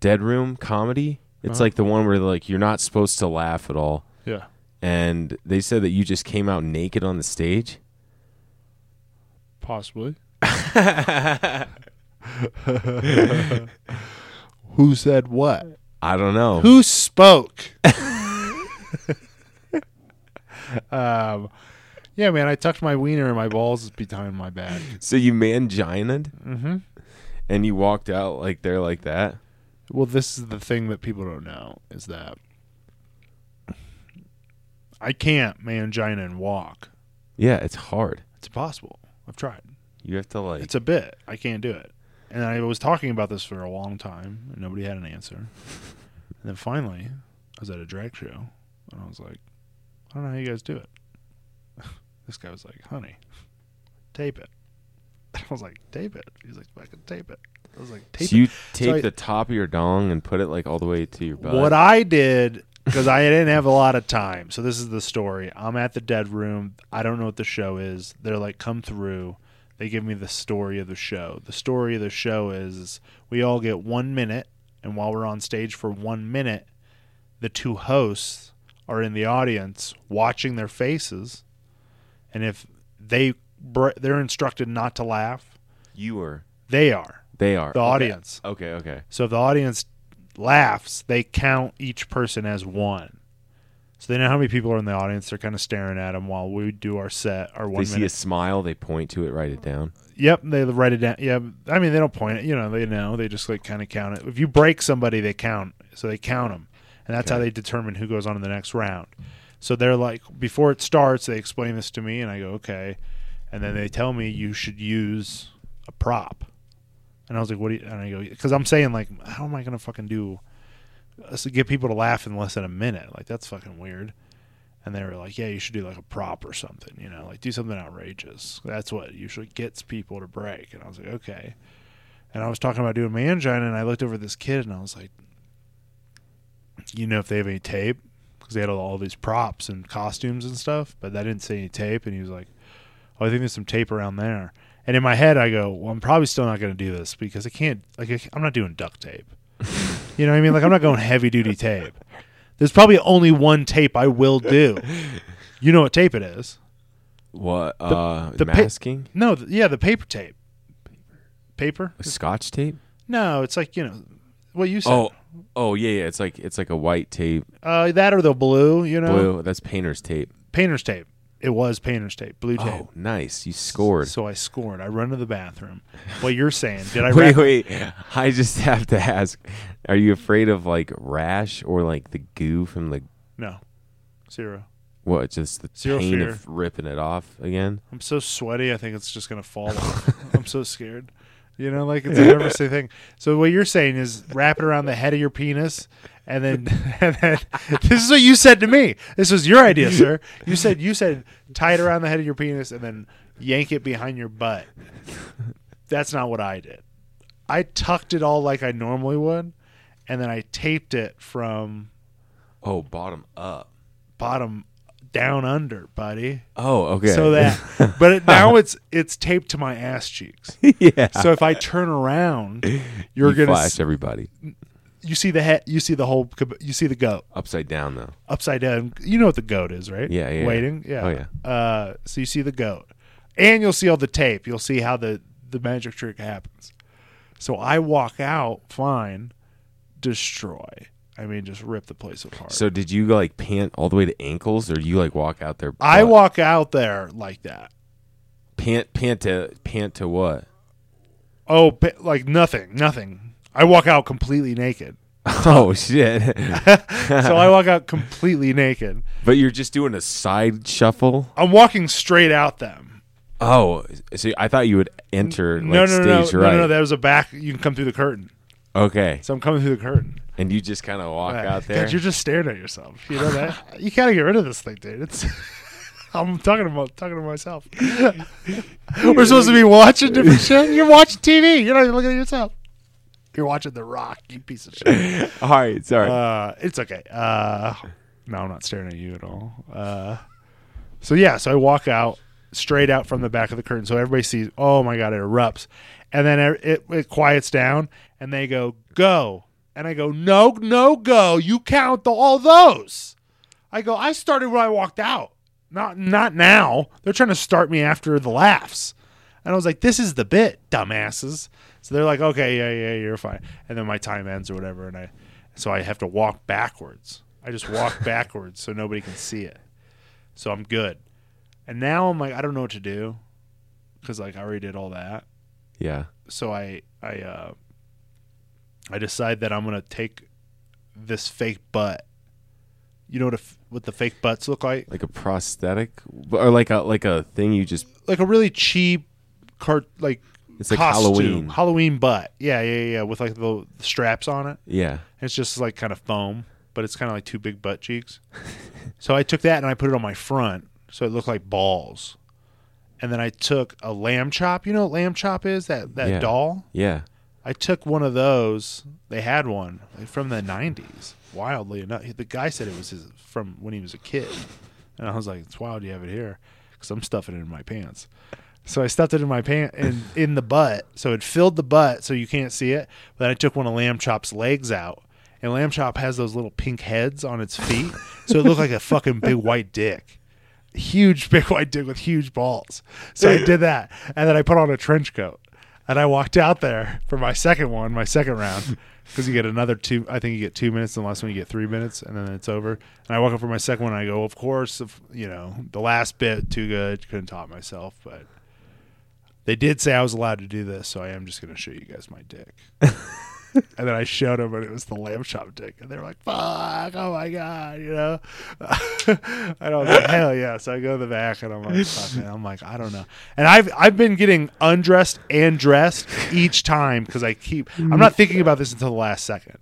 Speaker 2: Dead Room comedy, it's
Speaker 1: Uh-huh.
Speaker 2: like the one where like you're not supposed to laugh at all,
Speaker 1: Yeah.
Speaker 2: and they said that you just came out naked on the
Speaker 1: *laughs*
Speaker 2: stage.
Speaker 1: Possibly. Who said what?
Speaker 2: I don't know.
Speaker 1: Who spoke? um, yeah, man, I tucked my wiener and my balls behind my back.
Speaker 2: So you manginaed, mm-hmm. and you walked out like there like that.
Speaker 1: Well, this is the thing that people don't know is that I can't mangina and walk.
Speaker 2: Yeah, it's hard.
Speaker 1: It's impossible. I've tried.
Speaker 2: You have to like.
Speaker 1: It's a bit. I can't do it. And I was talking about this for a long time, and nobody had an answer. And then finally, was at a drag show, and I was like, I don't know how you guys do it. *laughs* This guy was like, honey, tape it. *laughs* I was like, tape it. He's like, fucking tape it. I was like, tape
Speaker 2: so you
Speaker 1: it.
Speaker 2: take
Speaker 1: I-
Speaker 2: the top of your dong and put it like all the way to your butt.
Speaker 1: What I did because I didn't have a lot of time. So this is the story. I'm at the dead room. I don't know what the show is. They're like, come through. They give me the story of the show. The story of the show is we all get one minute, and while we're on stage for one minute, the two hosts are in the audience watching their faces, and if they br- they're instructed not to laugh,
Speaker 2: you were.
Speaker 1: they are
Speaker 2: They are
Speaker 1: the
Speaker 2: Okay.
Speaker 1: audience.
Speaker 2: Okay. Okay.
Speaker 1: So if the audience laughs, they count each person as one. So they know how many people are in the audience. They're kind of staring at them while we do our set, our one
Speaker 2: they see a
Speaker 1: minute.
Speaker 2: smile. They point to it. Write it down.
Speaker 1: Yep, they write it down. Yeah, I mean they don't point it. You know, they know. They just like kind of count it. If you break somebody, they count. So they count them, and that's how
Speaker 2: Okay.
Speaker 1: they determine who goes on to the next round. So they're like, before it starts, they explain this to me, and I go, okay, and then they tell me you should use a prop, and I was like, what? Do you, and I go, because I'm saying like, how am I gonna fucking do, let's get people to laugh in less than a minute? Like that's fucking weird. And they were like, yeah, you should do like a prop or something, you know, like do something outrageous. That's what usually gets people to break. And I was like, okay. And I was talking about doing mangina, and I looked over at this kid, and I was like, you know, if they have any tape, because they had all, all these props and costumes and stuff, but I didn't see any tape. And he was like, oh, I think there's some tape around there. And in my head, I go, well, I'm probably still not going to do this because I can't, like, I can't- I'm not doing duct tape. *laughs* you know what I mean? Like, I'm not going heavy duty tape. There's probably only one tape I
Speaker 2: *laughs*
Speaker 1: will do. You know what tape it is?
Speaker 2: What? uh,
Speaker 1: the pa-
Speaker 2: masking?
Speaker 1: No, th- yeah, the paper tape. Paper?
Speaker 2: Scotch tape?
Speaker 1: No, it's like you know what you said.
Speaker 2: Oh, oh yeah, yeah. It's like it's like a white tape,
Speaker 1: uh, that or the blue. You know,
Speaker 2: blue. That's painter's tape.
Speaker 1: painter's tape. It was painter's tape, blue tape.
Speaker 2: Oh, nice. You scored.
Speaker 1: So I scored. I run to the bathroom. What you're saying? Did
Speaker 2: *laughs*
Speaker 1: I?
Speaker 2: Wait,
Speaker 1: wrap-
Speaker 2: wait. *laughs* I just have to ask: Are you afraid of like rash or like the goo from the
Speaker 1: No, zero.
Speaker 2: what? Just the
Speaker 1: Zero
Speaker 2: pain
Speaker 1: fear.
Speaker 2: of ripping it off again?
Speaker 1: I'm so sweaty. I think it's just gonna fall off. I'm so scared. You know, like it's a nervous thing. So what you're saying is wrap it around the head of your penis, and then, *laughs* and then this is what you said to me. This was your idea, sir. You said you said tie it around the head of your penis and then yank it behind your butt. That's not what I did. I tucked it all like I normally would, and then I taped it from
Speaker 2: Oh, bottom up.
Speaker 1: bottom down under, buddy.
Speaker 2: Oh, okay.
Speaker 1: So that, but it, now it's it's taped to my ass cheeks.
Speaker 2: *laughs* yeah.
Speaker 1: So if I
Speaker 2: *laughs*
Speaker 1: turn around,
Speaker 2: *laughs*
Speaker 1: you're
Speaker 2: You
Speaker 1: gonna
Speaker 2: flash
Speaker 1: s-
Speaker 2: everybody
Speaker 1: you see the head, you see the whole, cab- you see the goat
Speaker 2: upside down though.
Speaker 1: upside down. You know what the goat is, right?
Speaker 2: Yeah, yeah, yeah.
Speaker 1: Waiting, yeah.
Speaker 2: Oh, yeah.
Speaker 1: Uh, so you see the goat, and you'll see all the tape. You'll see how the the magic trick happens. So I walk out fine, destroy. I mean, just rip the place apart.
Speaker 2: So did you like pant all the way to ankles, or you like walk out there?
Speaker 1: I
Speaker 2: butt-
Speaker 1: walk out there like that.
Speaker 2: pant pant to pant to
Speaker 1: *laughs*
Speaker 2: what?
Speaker 1: Oh, pa- like nothing, nothing. I walk out completely naked.
Speaker 2: Oh
Speaker 1: *laughs*
Speaker 2: shit! *laughs*
Speaker 1: so I walk out completely naked.
Speaker 2: but you're just doing a side shuffle.
Speaker 1: I'm walking straight out them.
Speaker 2: Oh, so I thought you would enter like
Speaker 1: no, no,
Speaker 2: stage
Speaker 1: no, no,
Speaker 2: right.
Speaker 1: no, no. That was a back. You can come through the curtain.
Speaker 2: okay,
Speaker 1: So I'm coming through the curtain.
Speaker 2: and you just kind of walk
Speaker 1: Right. *laughs*
Speaker 2: out there.
Speaker 1: God, you're just staring at yourself. You know that. *laughs* you gotta get rid of this thing, dude. It's. *laughs* I'm talking about talking to myself. *laughs* We're supposed to be watching different shit. You're watching TV. You're not even looking at yourself. You're watching The Rock. You piece of shit.
Speaker 2: all right, sorry.
Speaker 1: Uh, it's okay. Uh, no, I'm not staring at you at all. Uh, so yeah, so I walk out straight out from the back of the curtain, so everybody sees. Oh my god, it erupts, and then it it, it quiets down, and they go go, and I go no no go. You count the, all those. I go. I started when I walked out. Not not now. They're trying to start me after the laughs. And I was like, this is the bit, dumbasses. So they're like, okay, yeah, yeah, you're fine. And then my time ends or whatever. And I, so I have to walk backwards. I just walk backwards so nobody can see it. So I'm good. And now I'm like, I don't know what to do because like I already did all that.
Speaker 2: yeah.
Speaker 1: So I, I, uh, I decide that I'm going to take this fake butt. You know what, a f what the fake butts look like?
Speaker 2: Like a prosthetic, or like a like a thing you just
Speaker 1: Like a really cheap cart, like
Speaker 2: It's like
Speaker 1: costume,
Speaker 2: Halloween.
Speaker 1: Halloween butt. Yeah, yeah, yeah. With like the, the straps on it.
Speaker 2: yeah.
Speaker 1: It's just like kind of foam. but it's kind of like two big
Speaker 2: *laughs*
Speaker 1: butt cheeks. so I took that and I put it on my front, so it looked like balls. And then I took a lamb chop. You know what lamb chop is? That that
Speaker 2: Yeah.
Speaker 1: doll.
Speaker 2: Yeah.
Speaker 1: I took one of those. They had one like, from the '90s. Wildly enough, the guy said it was his from when he was a kid, and I was like, "It's wild you have it here," because I'm stuffing it in my pants. So I stuffed it in my pant and in the butt, so it filled the butt, so you can't see it. But then I took one of Lamb Chop's legs out, and Lamb Chop has those little pink heads on its feet, so it looked like a fucking big white dick huge *laughs* big white dick with huge balls. So I did that, and then I put on a trench coat, and I walked out there for my second one, my second round, because you get another two. I think you get two minutes, and the last one you get three minutes, and then it's over. And I walk up for my second one, and I go, of course, if, you know, the last bit too good, couldn't top myself, but. They did say I was allowed to do this, so I am just going to show you guys my dick. and then I showed them, and it was the lamb chop dick, and they were like, "Fuck! Oh my god!" You know. *laughs* and I was like, "Hell yeah!" So I go to the back, and I'm like, Fuck, man. "I'm like, I don't know." And I've I've been getting undressed and dressed each time because I keep I'm not thinking about this until the last second.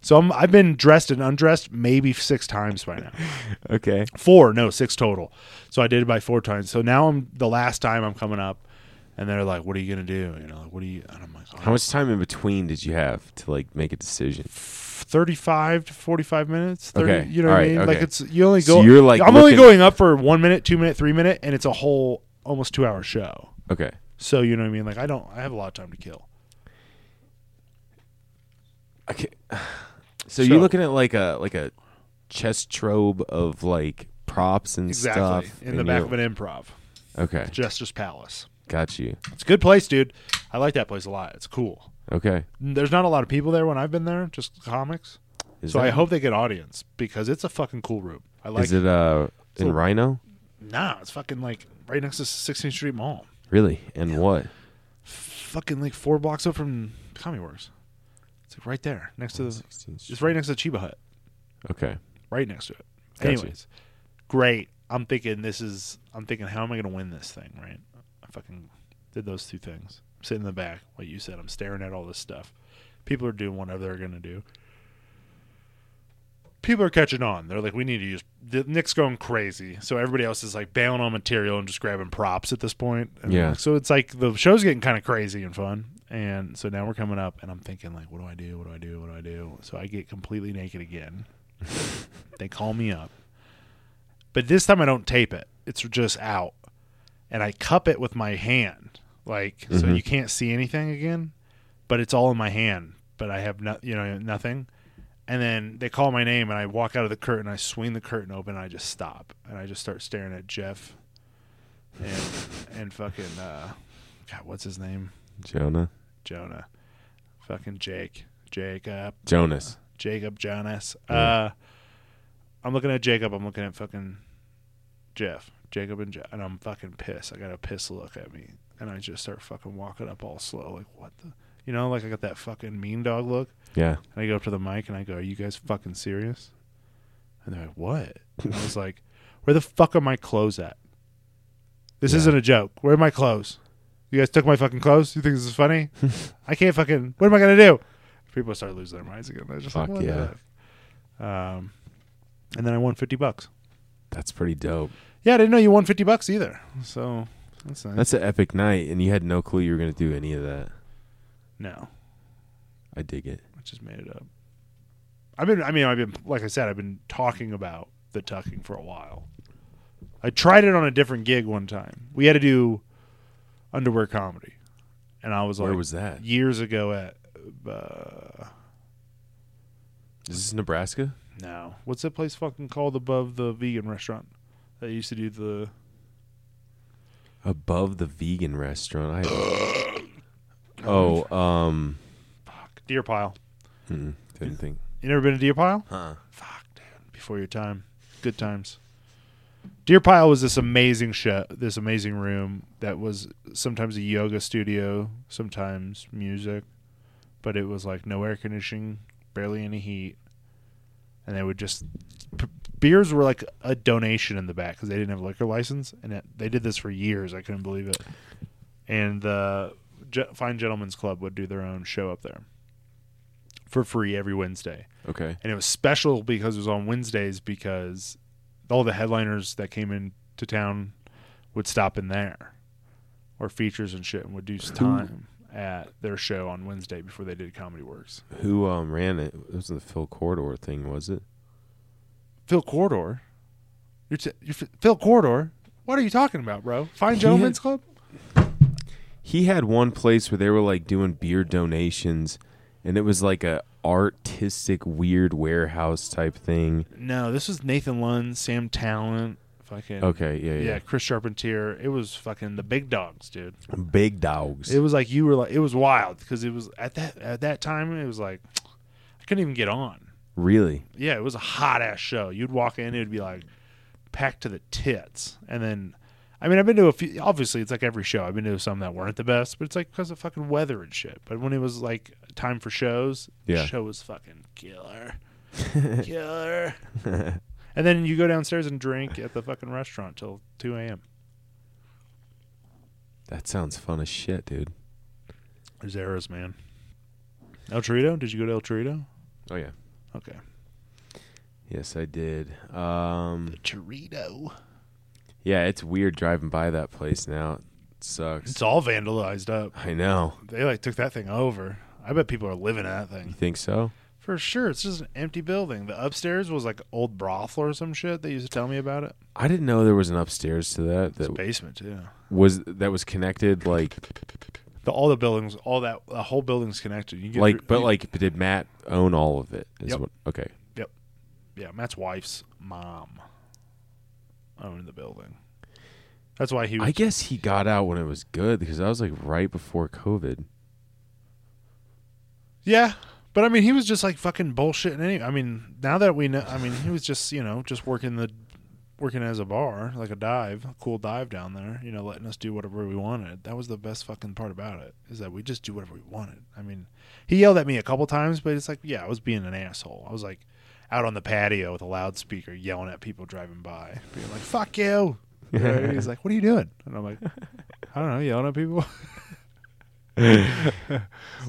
Speaker 1: So I'm, I've been dressed and undressed maybe six times by now
Speaker 2: Okay.
Speaker 1: four no six total so i did it by four times so now i'm the last time i'm coming up and they're like what are you gonna do you know like what are you and i'm like
Speaker 2: How much time in between did you have to like make a decision?
Speaker 1: 35 to 45 minutes 30
Speaker 2: Okay.
Speaker 1: you know
Speaker 2: All
Speaker 1: what i
Speaker 2: right,
Speaker 1: mean like
Speaker 2: okay.
Speaker 1: it's you only go
Speaker 2: So you're, like,
Speaker 1: i'm only
Speaker 2: looking-
Speaker 1: going up for one minute two minute three minute and it's a whole almost two hour show
Speaker 2: Okay.
Speaker 1: so you know what i mean like i don't i have a lot of time to kill
Speaker 2: Okay. *sighs* So,
Speaker 1: So-
Speaker 2: you're looking at like a like a chest trove of like props and
Speaker 1: exactly
Speaker 2: stuff
Speaker 1: in the
Speaker 2: and
Speaker 1: back
Speaker 2: you're-
Speaker 1: of an improv
Speaker 2: Okay.
Speaker 1: jester's palace
Speaker 2: Got you.
Speaker 1: it's a good place dude i like that place a lot it's cool
Speaker 2: Okay.
Speaker 1: there's not a lot of people there when i've been there just comics
Speaker 2: Is
Speaker 1: so I
Speaker 2: that-
Speaker 1: hope they get audience because it's a fucking cool room. I like
Speaker 2: is it uh in
Speaker 1: So-
Speaker 2: Rhino?
Speaker 1: Nah, it's fucking like right next to 16th Street Mall.
Speaker 2: Really? And what?
Speaker 1: Fucking like four blocks up from Comedy Works. It's like right there next to the. It's right next to Chiba Hut.
Speaker 2: Okay.
Speaker 1: Right next to it.
Speaker 2: Gotcha.
Speaker 1: Anyways, great. I'm thinking this is. I'm thinking how am I going to win this thing? Right. I fucking did those two things. I'm sitting in the back, like you said. I'm staring at all this stuff. People are doing whatever they're going to do. people are catching on. They're like, we need to use. The, Nick's going crazy, so everybody else is like bailing on material and just grabbing props at this point. And
Speaker 2: Yeah.
Speaker 1: So it's like the show's getting kind of crazy and fun. And so now we're coming up, and I'm thinking like, what do I do? What do I do? What do I do? So I get completely naked again. they call me up, but this time I don't tape it. It's just out, and I cup it with my hand, like so you can't see anything again. But it's all in my hand. But I have no, you know, nothing. And then they call my name, and I walk out of the curtain. I swing the curtain open, and I just stop, and I just start staring at Jeff, and and fucking uh, God, what's his name?
Speaker 2: Jonah.
Speaker 1: Jonah, fucking Jake, uh, Jacob,
Speaker 2: Jonas.
Speaker 1: Jacob Jonas. Uh, I'm looking at Jacob. I'm looking at fucking Jeff, Jacob and Jeff, and I'm fucking pissed. I got a piss look at me, and I just start fucking walking up all slow, like what the, you know, like I got that fucking mean dog look.
Speaker 2: Yeah.
Speaker 1: And I go up to the mic and I go, "Are you guys fucking serious?" And they're like, "What?" And I was like, *laughs* "Where the fuck are my clothes at? This isn't a joke. Where are my clothes? You guys took my fucking clothes. You think this
Speaker 2: *laughs*
Speaker 1: is funny? I can't fucking. What am I gonna do?" People start losing their minds again. They're just
Speaker 2: Fuck
Speaker 1: like, "What
Speaker 2: yeah.
Speaker 1: the-" Um, and then I won fifty bucks.
Speaker 2: That's pretty dope.
Speaker 1: Yeah, I didn't know you won fifty bucks either. So that's nice.
Speaker 2: That's an epic night, and you had no clue you were gonna do any of that.
Speaker 1: no.
Speaker 2: I dig it.
Speaker 1: I just made it up. I've been, I mean, I've been, like I said, I've been talking about the tucking for a while. I tried it on a different gig one time. We had to do underwear comedy, and I was
Speaker 2: Where
Speaker 1: like,
Speaker 2: was that?
Speaker 1: years ago at uh,
Speaker 2: Is this Nebraska?
Speaker 1: no, what's that place fucking called above the vegan restaurant that used to do the
Speaker 2: Above the vegan restaurant. I
Speaker 1: *coughs*
Speaker 2: Oh, um
Speaker 1: fuck deer pile?
Speaker 2: mm, didn't think.
Speaker 1: You never been to deer pile?
Speaker 2: Huh.
Speaker 1: Fuck, dude. Before your time. Good times. Deer Pile was this amazing show, this amazing room that was sometimes a yoga studio, sometimes music, but it was like no air conditioning, barely any heat. And they would just. P- beers were like a donation in the back because they didn't have a liquor license. And it, they did this for years. I couldn't believe it. And the Je- Fine Gentlemen's Club would do their own show up there for free every Wednesday.
Speaker 2: Okay.
Speaker 1: And it was special because it was on Wednesdays because all the headliners that came into town would stop in there or features and shit and would do time at their show on Wednesday before they did Comedy Works.
Speaker 2: Who um, ran it? It was the Phil Corridor thing, was it?
Speaker 1: Phil Corridor. You're, t- you're F- Phil Corridor. What are you talking about, bro? Fine
Speaker 2: He
Speaker 1: Gentlemen's
Speaker 2: had-
Speaker 1: Club?
Speaker 2: He had one place where they were like doing beer donations, and it was like a artistic weird warehouse type thing.
Speaker 1: No, this was Nathan Lund, Sam Talent, fucking
Speaker 2: Okay, yeah, yeah.
Speaker 1: yeah, Chris Charpentier. It was fucking the big dogs, dude.
Speaker 2: Big dogs.
Speaker 1: It was like you were like it was wild because it was at that at that time it was like I couldn't even get on.
Speaker 2: really?
Speaker 1: Yeah, it was a hot ass show. You'd walk in, it would be like packed to the tits, and then I mean I've been to a few. Obviously, it's like every show. I've been to some that weren't the best, but it's like because of fucking weather and shit. But when it was like time for shows,
Speaker 2: Yeah.
Speaker 1: the show was fucking killer, *laughs* killer. *laughs* and then you go downstairs and drink at the fucking restaurant till two a.m.
Speaker 2: That sounds fun as shit, dude.
Speaker 1: There's errors, man. El Torito? Did you go to El Torito?
Speaker 2: Oh yeah.
Speaker 1: Okay.
Speaker 2: Yes, I did. Um,
Speaker 1: Torito.
Speaker 2: yeah, it's weird driving by that place now. It sucks.
Speaker 1: It's all vandalized up.
Speaker 2: I know.
Speaker 1: They like took that thing over. I bet people are living in that
Speaker 2: You
Speaker 1: thing.
Speaker 2: think so?
Speaker 1: For sure. It's just an empty building. The upstairs was like old brothel or some shit. They used to tell me about it.
Speaker 2: I didn't know there was an upstairs to that
Speaker 1: It's
Speaker 2: that
Speaker 1: a basement too.
Speaker 2: was that was connected like
Speaker 1: The all the buildings, all that the whole building's connected. You can get
Speaker 2: like
Speaker 1: through-
Speaker 2: but
Speaker 1: you-
Speaker 2: like did Matt own all of it? Is
Speaker 1: Yep.
Speaker 2: what okay.
Speaker 1: Yeah, Matt's wife's mom owned the building. That's why he was
Speaker 2: I guess he got out when it was good because that was like right before COVID.
Speaker 1: Yeah. But I mean, he was just like fucking bullshit. And any, I mean, now that we know, I mean, he was just you know just working the working as a bar, like a dive, a cool dive down there. You know, letting us do whatever we wanted. That was the best fucking part about it is that we just do whatever we wanted. I mean, he yelled at me a couple times, but it's like, yeah, I was being an asshole. I was like out on the patio with a loudspeaker, yelling at people driving by, being like, "Fuck you." You know, and he's like, "What are you doing?" And I'm like, "I don't know, yelling at people."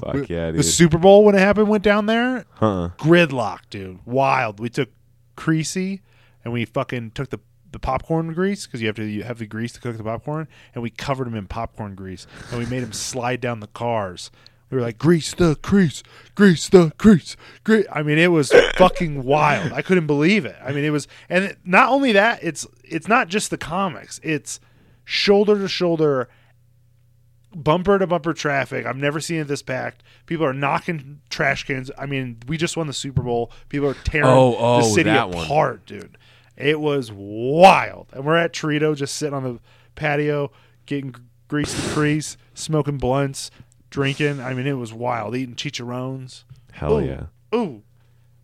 Speaker 2: Fuck yeah,
Speaker 1: The
Speaker 2: dude.
Speaker 1: Super Bowl when it happened went down there.
Speaker 2: huh?
Speaker 1: gridlock, dude. Wild. We took Creasy and we fucking took the the popcorn grease because you have to you have the grease to cook the popcorn, and we covered him in popcorn grease and we made him slide down the cars. We were like, grease the crease, grease the crease, grease. I mean, it was fucking wild. I couldn't believe it. I mean, it was, and it, not only that, it's it's not just the comics. It's shoulder to shoulder bumper to bumper traffic. I've never seen it this packed. People are knocking trash cans. I mean, we just won the Super Bowl. People are tearing
Speaker 2: Oh, oh,
Speaker 1: the city
Speaker 2: that one.
Speaker 1: apart, dude. It was wild. And we're at Torito, just sitting on the patio, getting gr- grease to crease, smoking blunts, drinking. I mean, it was wild. Eating chicharrones.
Speaker 2: Hell
Speaker 1: Ooh.
Speaker 2: yeah.
Speaker 1: Ooh,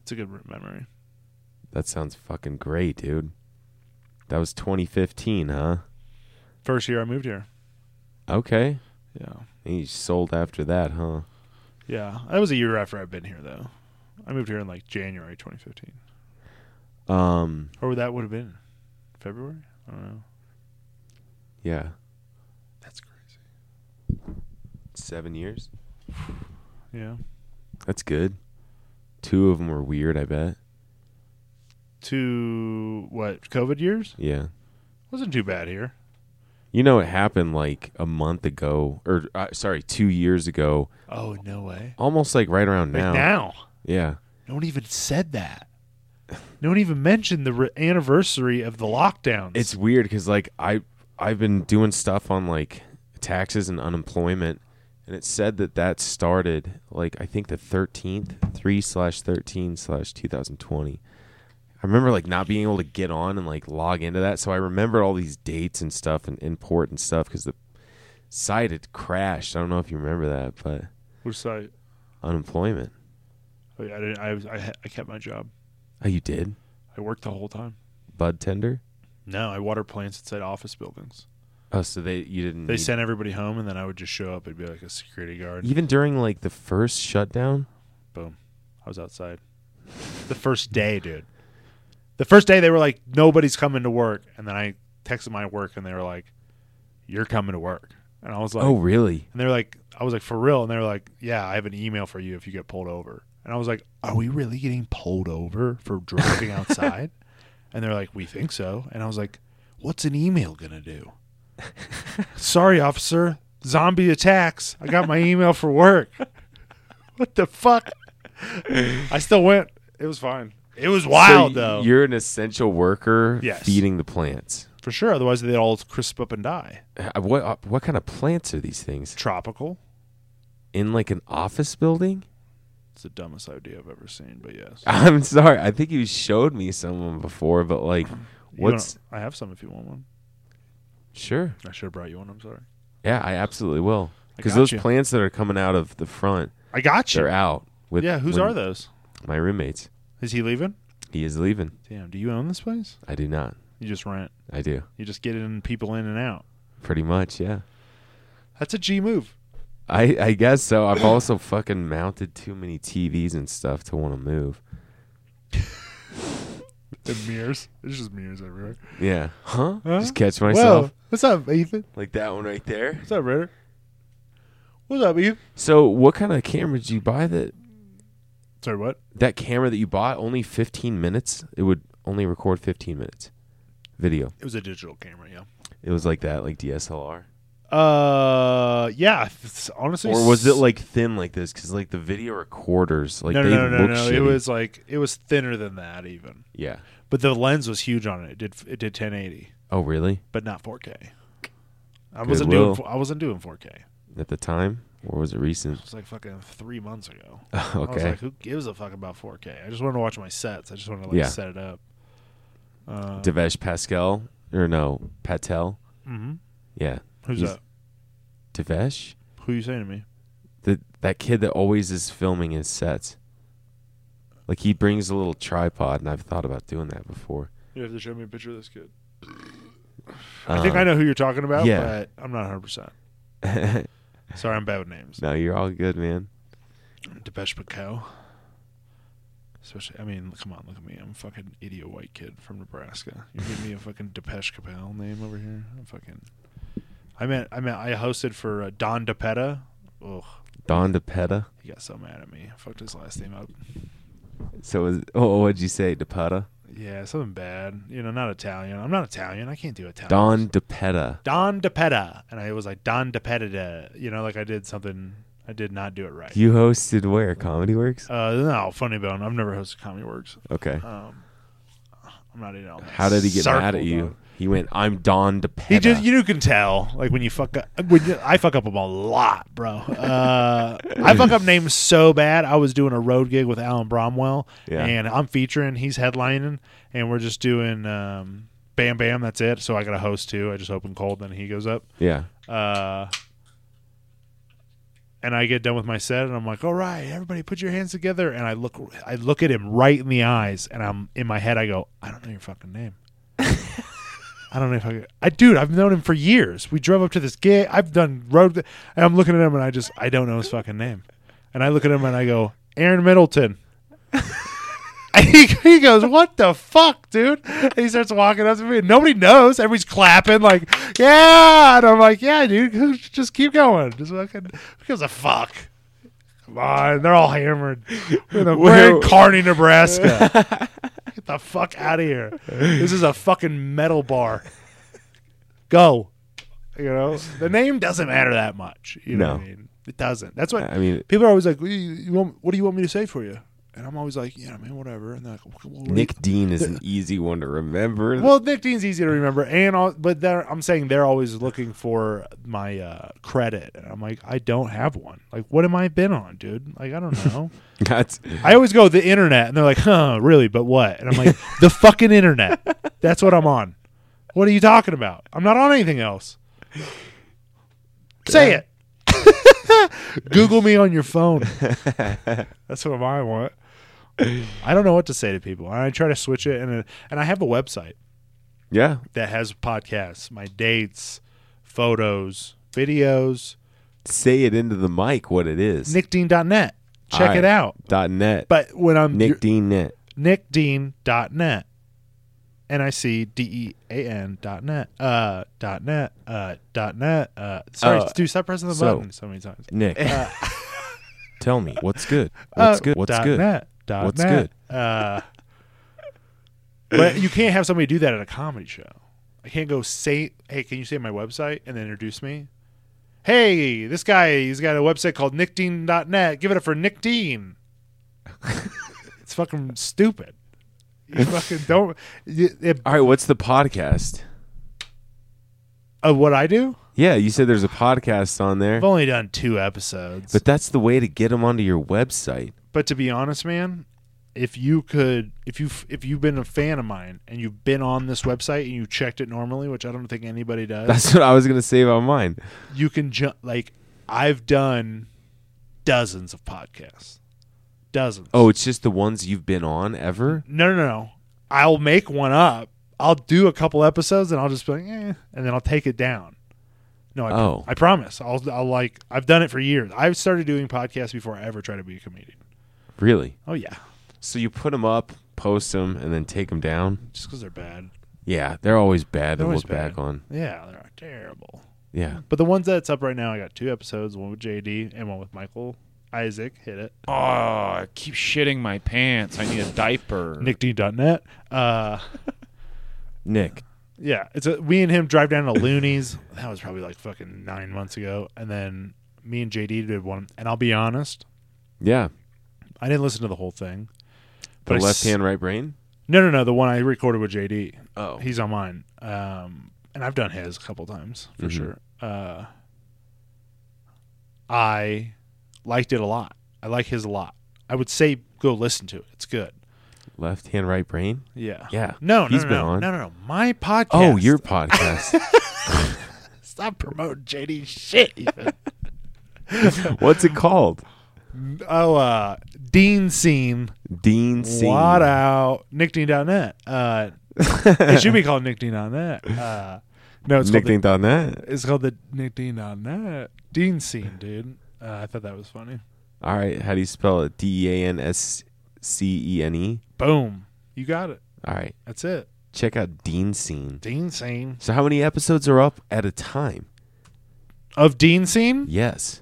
Speaker 1: it's a good memory.
Speaker 2: That sounds fucking great, dude. That was 2015, huh?
Speaker 1: First year I moved here.
Speaker 2: Okay.
Speaker 1: Yeah.
Speaker 2: And you sold after that, huh?
Speaker 1: Yeah. That was a year after I've been here, though. I moved here in like January 2015.
Speaker 2: Um,
Speaker 1: Or that would have been February? I don't know.
Speaker 2: yeah.
Speaker 1: That's crazy.
Speaker 2: 7 years.
Speaker 1: Yeah.
Speaker 2: That's good. Two of them were weird, I bet.
Speaker 1: Two, what, COVID years?
Speaker 2: Yeah.
Speaker 1: Wasn't too bad here.
Speaker 2: You know it happened like a month ago or uh, sorry, 2 years ago,
Speaker 1: Oh, no way.
Speaker 2: almost like right around
Speaker 1: Like
Speaker 2: now.
Speaker 1: now.
Speaker 2: Yeah.
Speaker 1: No one even said that. *laughs* No one even mentioned the re- anniversary of the lockdowns.
Speaker 2: It's weird cuz like I I've been doing stuff on like taxes and unemployment and it said that that started like I think the 13th, 3 slash 13 slash 2020. I remember like not being able to get on and like log into that. So I remember all these dates and stuff and import and stuff because the site had crashed. I don't know if you remember that, but
Speaker 1: which site?
Speaker 2: unemployment.
Speaker 1: Oh, yeah, I, didn't, I, was- I, ha- I kept my job.
Speaker 2: Oh, you did?
Speaker 1: I worked the whole time.
Speaker 2: Bud tender?
Speaker 1: No, I water plants inside office buildings.
Speaker 2: Oh, so they you didn't
Speaker 1: They
Speaker 2: need-
Speaker 1: sent everybody home, and then I would just show up. It'd be like a security guard.
Speaker 2: even during like the first shutdown.
Speaker 1: Boom. I was outside. The first day, dude. The first day they were like, nobody's coming to work. And then I texted my work and they were like, you're coming to work. And I was like,
Speaker 2: oh, really?
Speaker 1: and they were like, I was like, for real? And they were like, yeah, I have an email for you if you get pulled over. And I was like, are we really getting pulled over for
Speaker 2: *laughs*
Speaker 1: driving outside? And they're like, we think so. And I was like, what's an email going to do? Sorry, officer. Zombie attacks. I got my email for work. *laughs* what the fuck? I still went. It was fine. It was wild,
Speaker 2: So
Speaker 1: though.
Speaker 2: You're an essential worker
Speaker 1: Yes.
Speaker 2: feeding the plants.
Speaker 1: For sure. Otherwise, they'd all crisp up and die.
Speaker 2: Uh, What uh, what kind of plants are these things?
Speaker 1: Tropical.
Speaker 2: In like an office building? *laughs*
Speaker 1: It's the dumbest idea I've ever seen, but yes.
Speaker 2: I'm sorry. I think you showed me someone before, but like,
Speaker 1: You wanna-
Speaker 2: what's
Speaker 1: I have some if you want one.
Speaker 2: sure?
Speaker 1: I should have brought you one. I'm sorry.
Speaker 2: Yeah, I absolutely will.
Speaker 1: I
Speaker 2: Because
Speaker 1: got
Speaker 2: those
Speaker 1: you.
Speaker 2: plants that are coming out of the front,
Speaker 1: I got you.
Speaker 2: they're out. With
Speaker 1: Yeah, whose
Speaker 2: when-
Speaker 1: are those?
Speaker 2: My roommates.
Speaker 1: Is he leaving?
Speaker 2: He is leaving.
Speaker 1: Damn. Do you own this place?
Speaker 2: I do not.
Speaker 1: You just rent.
Speaker 2: I do.
Speaker 1: You just get in people in and out.
Speaker 2: Pretty much, yeah.
Speaker 1: That's a G *laughs* move.
Speaker 2: I, I guess so. I've
Speaker 1: *coughs*
Speaker 2: also fucking mounted too many TVs and stuff to want to move.
Speaker 1: And mirrors. There's just mirrors everywhere.
Speaker 2: Yeah. Huh?
Speaker 1: Huh?
Speaker 2: Just catch myself.
Speaker 1: Whoa. What's up, Ethan?
Speaker 2: like that one right there.
Speaker 1: What's up, Ritter? What's up, Ethan?
Speaker 2: So, what kind of camera did you buy that
Speaker 1: Sorry, what?
Speaker 2: that camera that you bought only 15 minutes? It would only record 15 minutes video.
Speaker 1: It was a digital camera, yeah.
Speaker 2: It was like that, like DSLR.
Speaker 1: Uh, yeah. it's- Honestly,
Speaker 2: Or was it like thin like this cuz like the video recorders like
Speaker 1: no,
Speaker 2: they
Speaker 1: no, no, no,
Speaker 2: look
Speaker 1: no.
Speaker 2: shitty.
Speaker 1: It was like it was thinner than that even,
Speaker 2: Yeah.
Speaker 1: but the lens was huge on it. It did it did 1080,
Speaker 2: Oh, really?
Speaker 1: but not 4K. I wasn't doing
Speaker 2: Goodwill.
Speaker 1: fo- I wasn't doing 4K. It
Speaker 2: At the time or was it recent? *laughs*
Speaker 1: was like fucking three months ago. I was
Speaker 2: okay.
Speaker 1: like, who gives a fuck about 4K? I just wanted to watch my sets. I just wanted to like
Speaker 2: Yeah.
Speaker 1: set it up. Uh,
Speaker 2: Devesh Pascal or no, Patel.
Speaker 1: mhm.
Speaker 2: Yeah.
Speaker 1: Who's
Speaker 2: He's-
Speaker 1: that?
Speaker 2: Devesh?
Speaker 1: Who you saying to me?
Speaker 2: The, that kid that always is filming his sets. Like he brings a little tripod and I've thought about doing that before.
Speaker 1: You have to show me a picture of this kid. I think I know who you're talking about,
Speaker 2: Uh, yeah.
Speaker 1: but I'm not 100. percent
Speaker 2: know.
Speaker 1: Sorry, I'm bad with names.
Speaker 2: Um, *laughs* no, you're all good, man.
Speaker 1: Depeche Pico. Especially, I mean, come on, look at me. I'm a fucking idiot white kid from Nebraska. You
Speaker 2: *laughs*
Speaker 1: give me a fucking Depeche Capel name over here. I'm fucking. I meant, I meant, I hosted for uh, Don DePetta. Ugh,
Speaker 2: Don DePetta.
Speaker 1: he got so mad at me. I fucked his last name up.
Speaker 2: So is, oh, what'd you say, DePetta?
Speaker 1: Yeah, something bad. You know, not Italian. I'm not Italian. I can't do Italian.
Speaker 2: Don DePetta.
Speaker 1: Don DePetta, and I was like Don DePetta. You know, like I did something. I did not do it right.
Speaker 2: You hosted where? Comedy Works?
Speaker 1: Uh, no, funny bone. I've never hosted Comedy Works.
Speaker 2: Okay.
Speaker 1: Um, I'm not in all. that
Speaker 2: How did he get
Speaker 1: circle,
Speaker 2: mad at you?
Speaker 1: though.
Speaker 2: He went, "I'm Don DePetta."
Speaker 1: He just you can tell like when you fuck up. When you, I fuck up a lot, bro. Uh, I fuck up names so bad. I was doing a road gig with Alan Bromwell,
Speaker 2: Yeah.
Speaker 1: and I'm featuring. He's headlining, and we're just doing um, Bam Bam. That's it. So I got a host too. I just open cold, then he goes up.
Speaker 2: yeah.
Speaker 1: uh, and I get done with my set, and I'm like, "All right, everybody, put your hands together." And I look, I look at him right in the eyes, and I'm in my head, I go, "I don't know your fucking name." *laughs* I don't know if I, could- I, dude, I've known him for years. We drove up to this gig. I've done road, and I'm looking at him, and I just, I don't know his fucking name. And I look at him, and I go, "Aaron Middleton." *laughs* And he, he goes, "What the fuck, dude?" And he starts walking up to me. And nobody knows. Everybody's clapping, like, "Yeah!" And I'm like, "Yeah, dude, just keep going. Just fucking, who gives a fuck?" Come on, they're all hammered. We're in, the, we're in Kearney, Nebraska. *laughs* Get the fuck out of here. This is a fucking metal bar. Go. You know, the name doesn't matter that much. You know
Speaker 2: No.
Speaker 1: what I mean? It doesn't. That's what
Speaker 2: I mean,
Speaker 1: people are always like, "What do you, you want, what do you want me to say for you?" And I'm always like, "Yeah, man, whatever." And they're like, "Well, what do you-"
Speaker 2: Nick Dean is an easy one to remember.
Speaker 1: Well, Nick Dean's easy to remember, and all, but they're, I'm saying they're always looking for my uh, credit, and I'm like, I don't have one. Like, what am I been on, dude? Like, I don't know.
Speaker 2: That's
Speaker 1: I always go the internet, and they're like, "Huh, really? But what?" And I'm like, "The fucking internet. That's what I'm on. What are you talking about? I'm not on anything else. Say it. *laughs* Google me on your phone. That's what I want. I don't know what to say to people, and I try to switch it. and uh, And I have a website
Speaker 2: yeah.
Speaker 1: that has podcasts, my dates, photos, videos.
Speaker 2: Say it into the mic. What it is.
Speaker 1: NickDean.net. Check
Speaker 2: Alright.
Speaker 1: it out.
Speaker 2: dot net.
Speaker 1: But when I'm
Speaker 2: Nick Dean net.
Speaker 1: nickdean.net. N I C D E A N dot net uh dot net uh dot net uh sorry
Speaker 2: Uh,
Speaker 1: dude stop pressing the
Speaker 2: so-
Speaker 1: button so many times.
Speaker 2: Nick, tell me what's good.
Speaker 1: *laughs* Uh,
Speaker 2: What's good? What's
Speaker 1: dot
Speaker 2: good?
Speaker 1: Net, dot
Speaker 2: What's
Speaker 1: net. Uh, *laughs* but you can't have somebody do that at a comedy show. I can't go say, "Hey, can you say my website?" and then introduce me. Hey, this guy, he's got a website called nickdean.net. Give it up for Nick Dean. *laughs* it's fucking stupid.
Speaker 2: *laughs*
Speaker 1: You fucking don't. It, it-
Speaker 2: All right, what's the podcast?
Speaker 1: of uh, what I do,
Speaker 2: Yeah, you said there's a podcast on there,
Speaker 1: I've only done two episodes.
Speaker 2: but that's the way to get them onto your website. *laughs*
Speaker 1: but to be honest, man, if you could, if you if you've been a fan of mine and you've been on this website and you checked it normally, which I don't think anybody does,
Speaker 2: That's what I was gonna say about mine.
Speaker 1: you can jump. Like I've done dozens of podcasts, dozens.
Speaker 2: Oh, it's just the ones you've been on ever.
Speaker 1: no, no, no! I'll make one up. I'll do a couple episodes and I'll just be like, eh, and then I'll take it down. No, I,
Speaker 2: Oh.
Speaker 1: I promise. I'll, I'll like. I've done it for years. I've started doing podcasts before I ever tried to be a comedian.
Speaker 2: Really?
Speaker 1: Oh yeah,
Speaker 2: So you put them up, post them, and then take them down.
Speaker 1: just because they're bad.
Speaker 2: Yeah, they're always bad to
Speaker 1: They're always
Speaker 2: look
Speaker 1: bad. Hmm.
Speaker 2: back on.
Speaker 1: Yeah, they're terrible.
Speaker 2: Yeah.
Speaker 1: But the ones that's up right now, I got two episodes, one with JD and one with Michael Isaac. Hit it.
Speaker 5: Oh, I keep shitting my pants. I need a diaper.
Speaker 1: NickD.net. Uh,
Speaker 2: Nick,
Speaker 1: yeah, it's a, we and him drive down to Looney's. *laughs* That was probably like fucking nine months ago, and then me and JD did one. And I'll be honest,
Speaker 2: Yeah.
Speaker 1: I didn't listen to the whole thing.
Speaker 2: The
Speaker 1: I
Speaker 2: left
Speaker 1: s-
Speaker 2: hand, right brain?
Speaker 1: No, no, no. The one I recorded with JD.
Speaker 2: Oh.
Speaker 1: He's on mine. Um, and I've done his a couple times for
Speaker 2: Mhm.
Speaker 1: sure. Uh, I liked it a lot. I like his a lot. I would say go listen to it. It's good.
Speaker 2: Left hand, right brain?
Speaker 1: Yeah.
Speaker 2: Yeah.
Speaker 1: No, no,
Speaker 2: He's
Speaker 1: no,
Speaker 2: been
Speaker 1: no,
Speaker 2: on.
Speaker 1: no, no, no. My podcast.
Speaker 2: Oh, your podcast.
Speaker 1: *laughs* stop promoting JD shit.
Speaker 2: *laughs*
Speaker 1: Even.
Speaker 2: What's it called?
Speaker 1: oh, uh, Dean Scene.
Speaker 2: Dean C.
Speaker 1: What out? NickDean.net. Uh,
Speaker 2: *laughs*
Speaker 1: it should be called NickDean.net. Uh, no, it's called the
Speaker 2: Nicknamed on that.
Speaker 1: It's called the Nick Dean on that Dean scene, dude. Uh, I thought that was funny.
Speaker 2: All right. How do you spell it? D E A N S C E N E.
Speaker 1: Boom, you got it.
Speaker 2: All right.
Speaker 1: That's it.
Speaker 2: Check out Dean Scene.
Speaker 1: Dean scene
Speaker 2: So, how many episodes are up at a time?
Speaker 1: of Dean scene.
Speaker 2: Yes.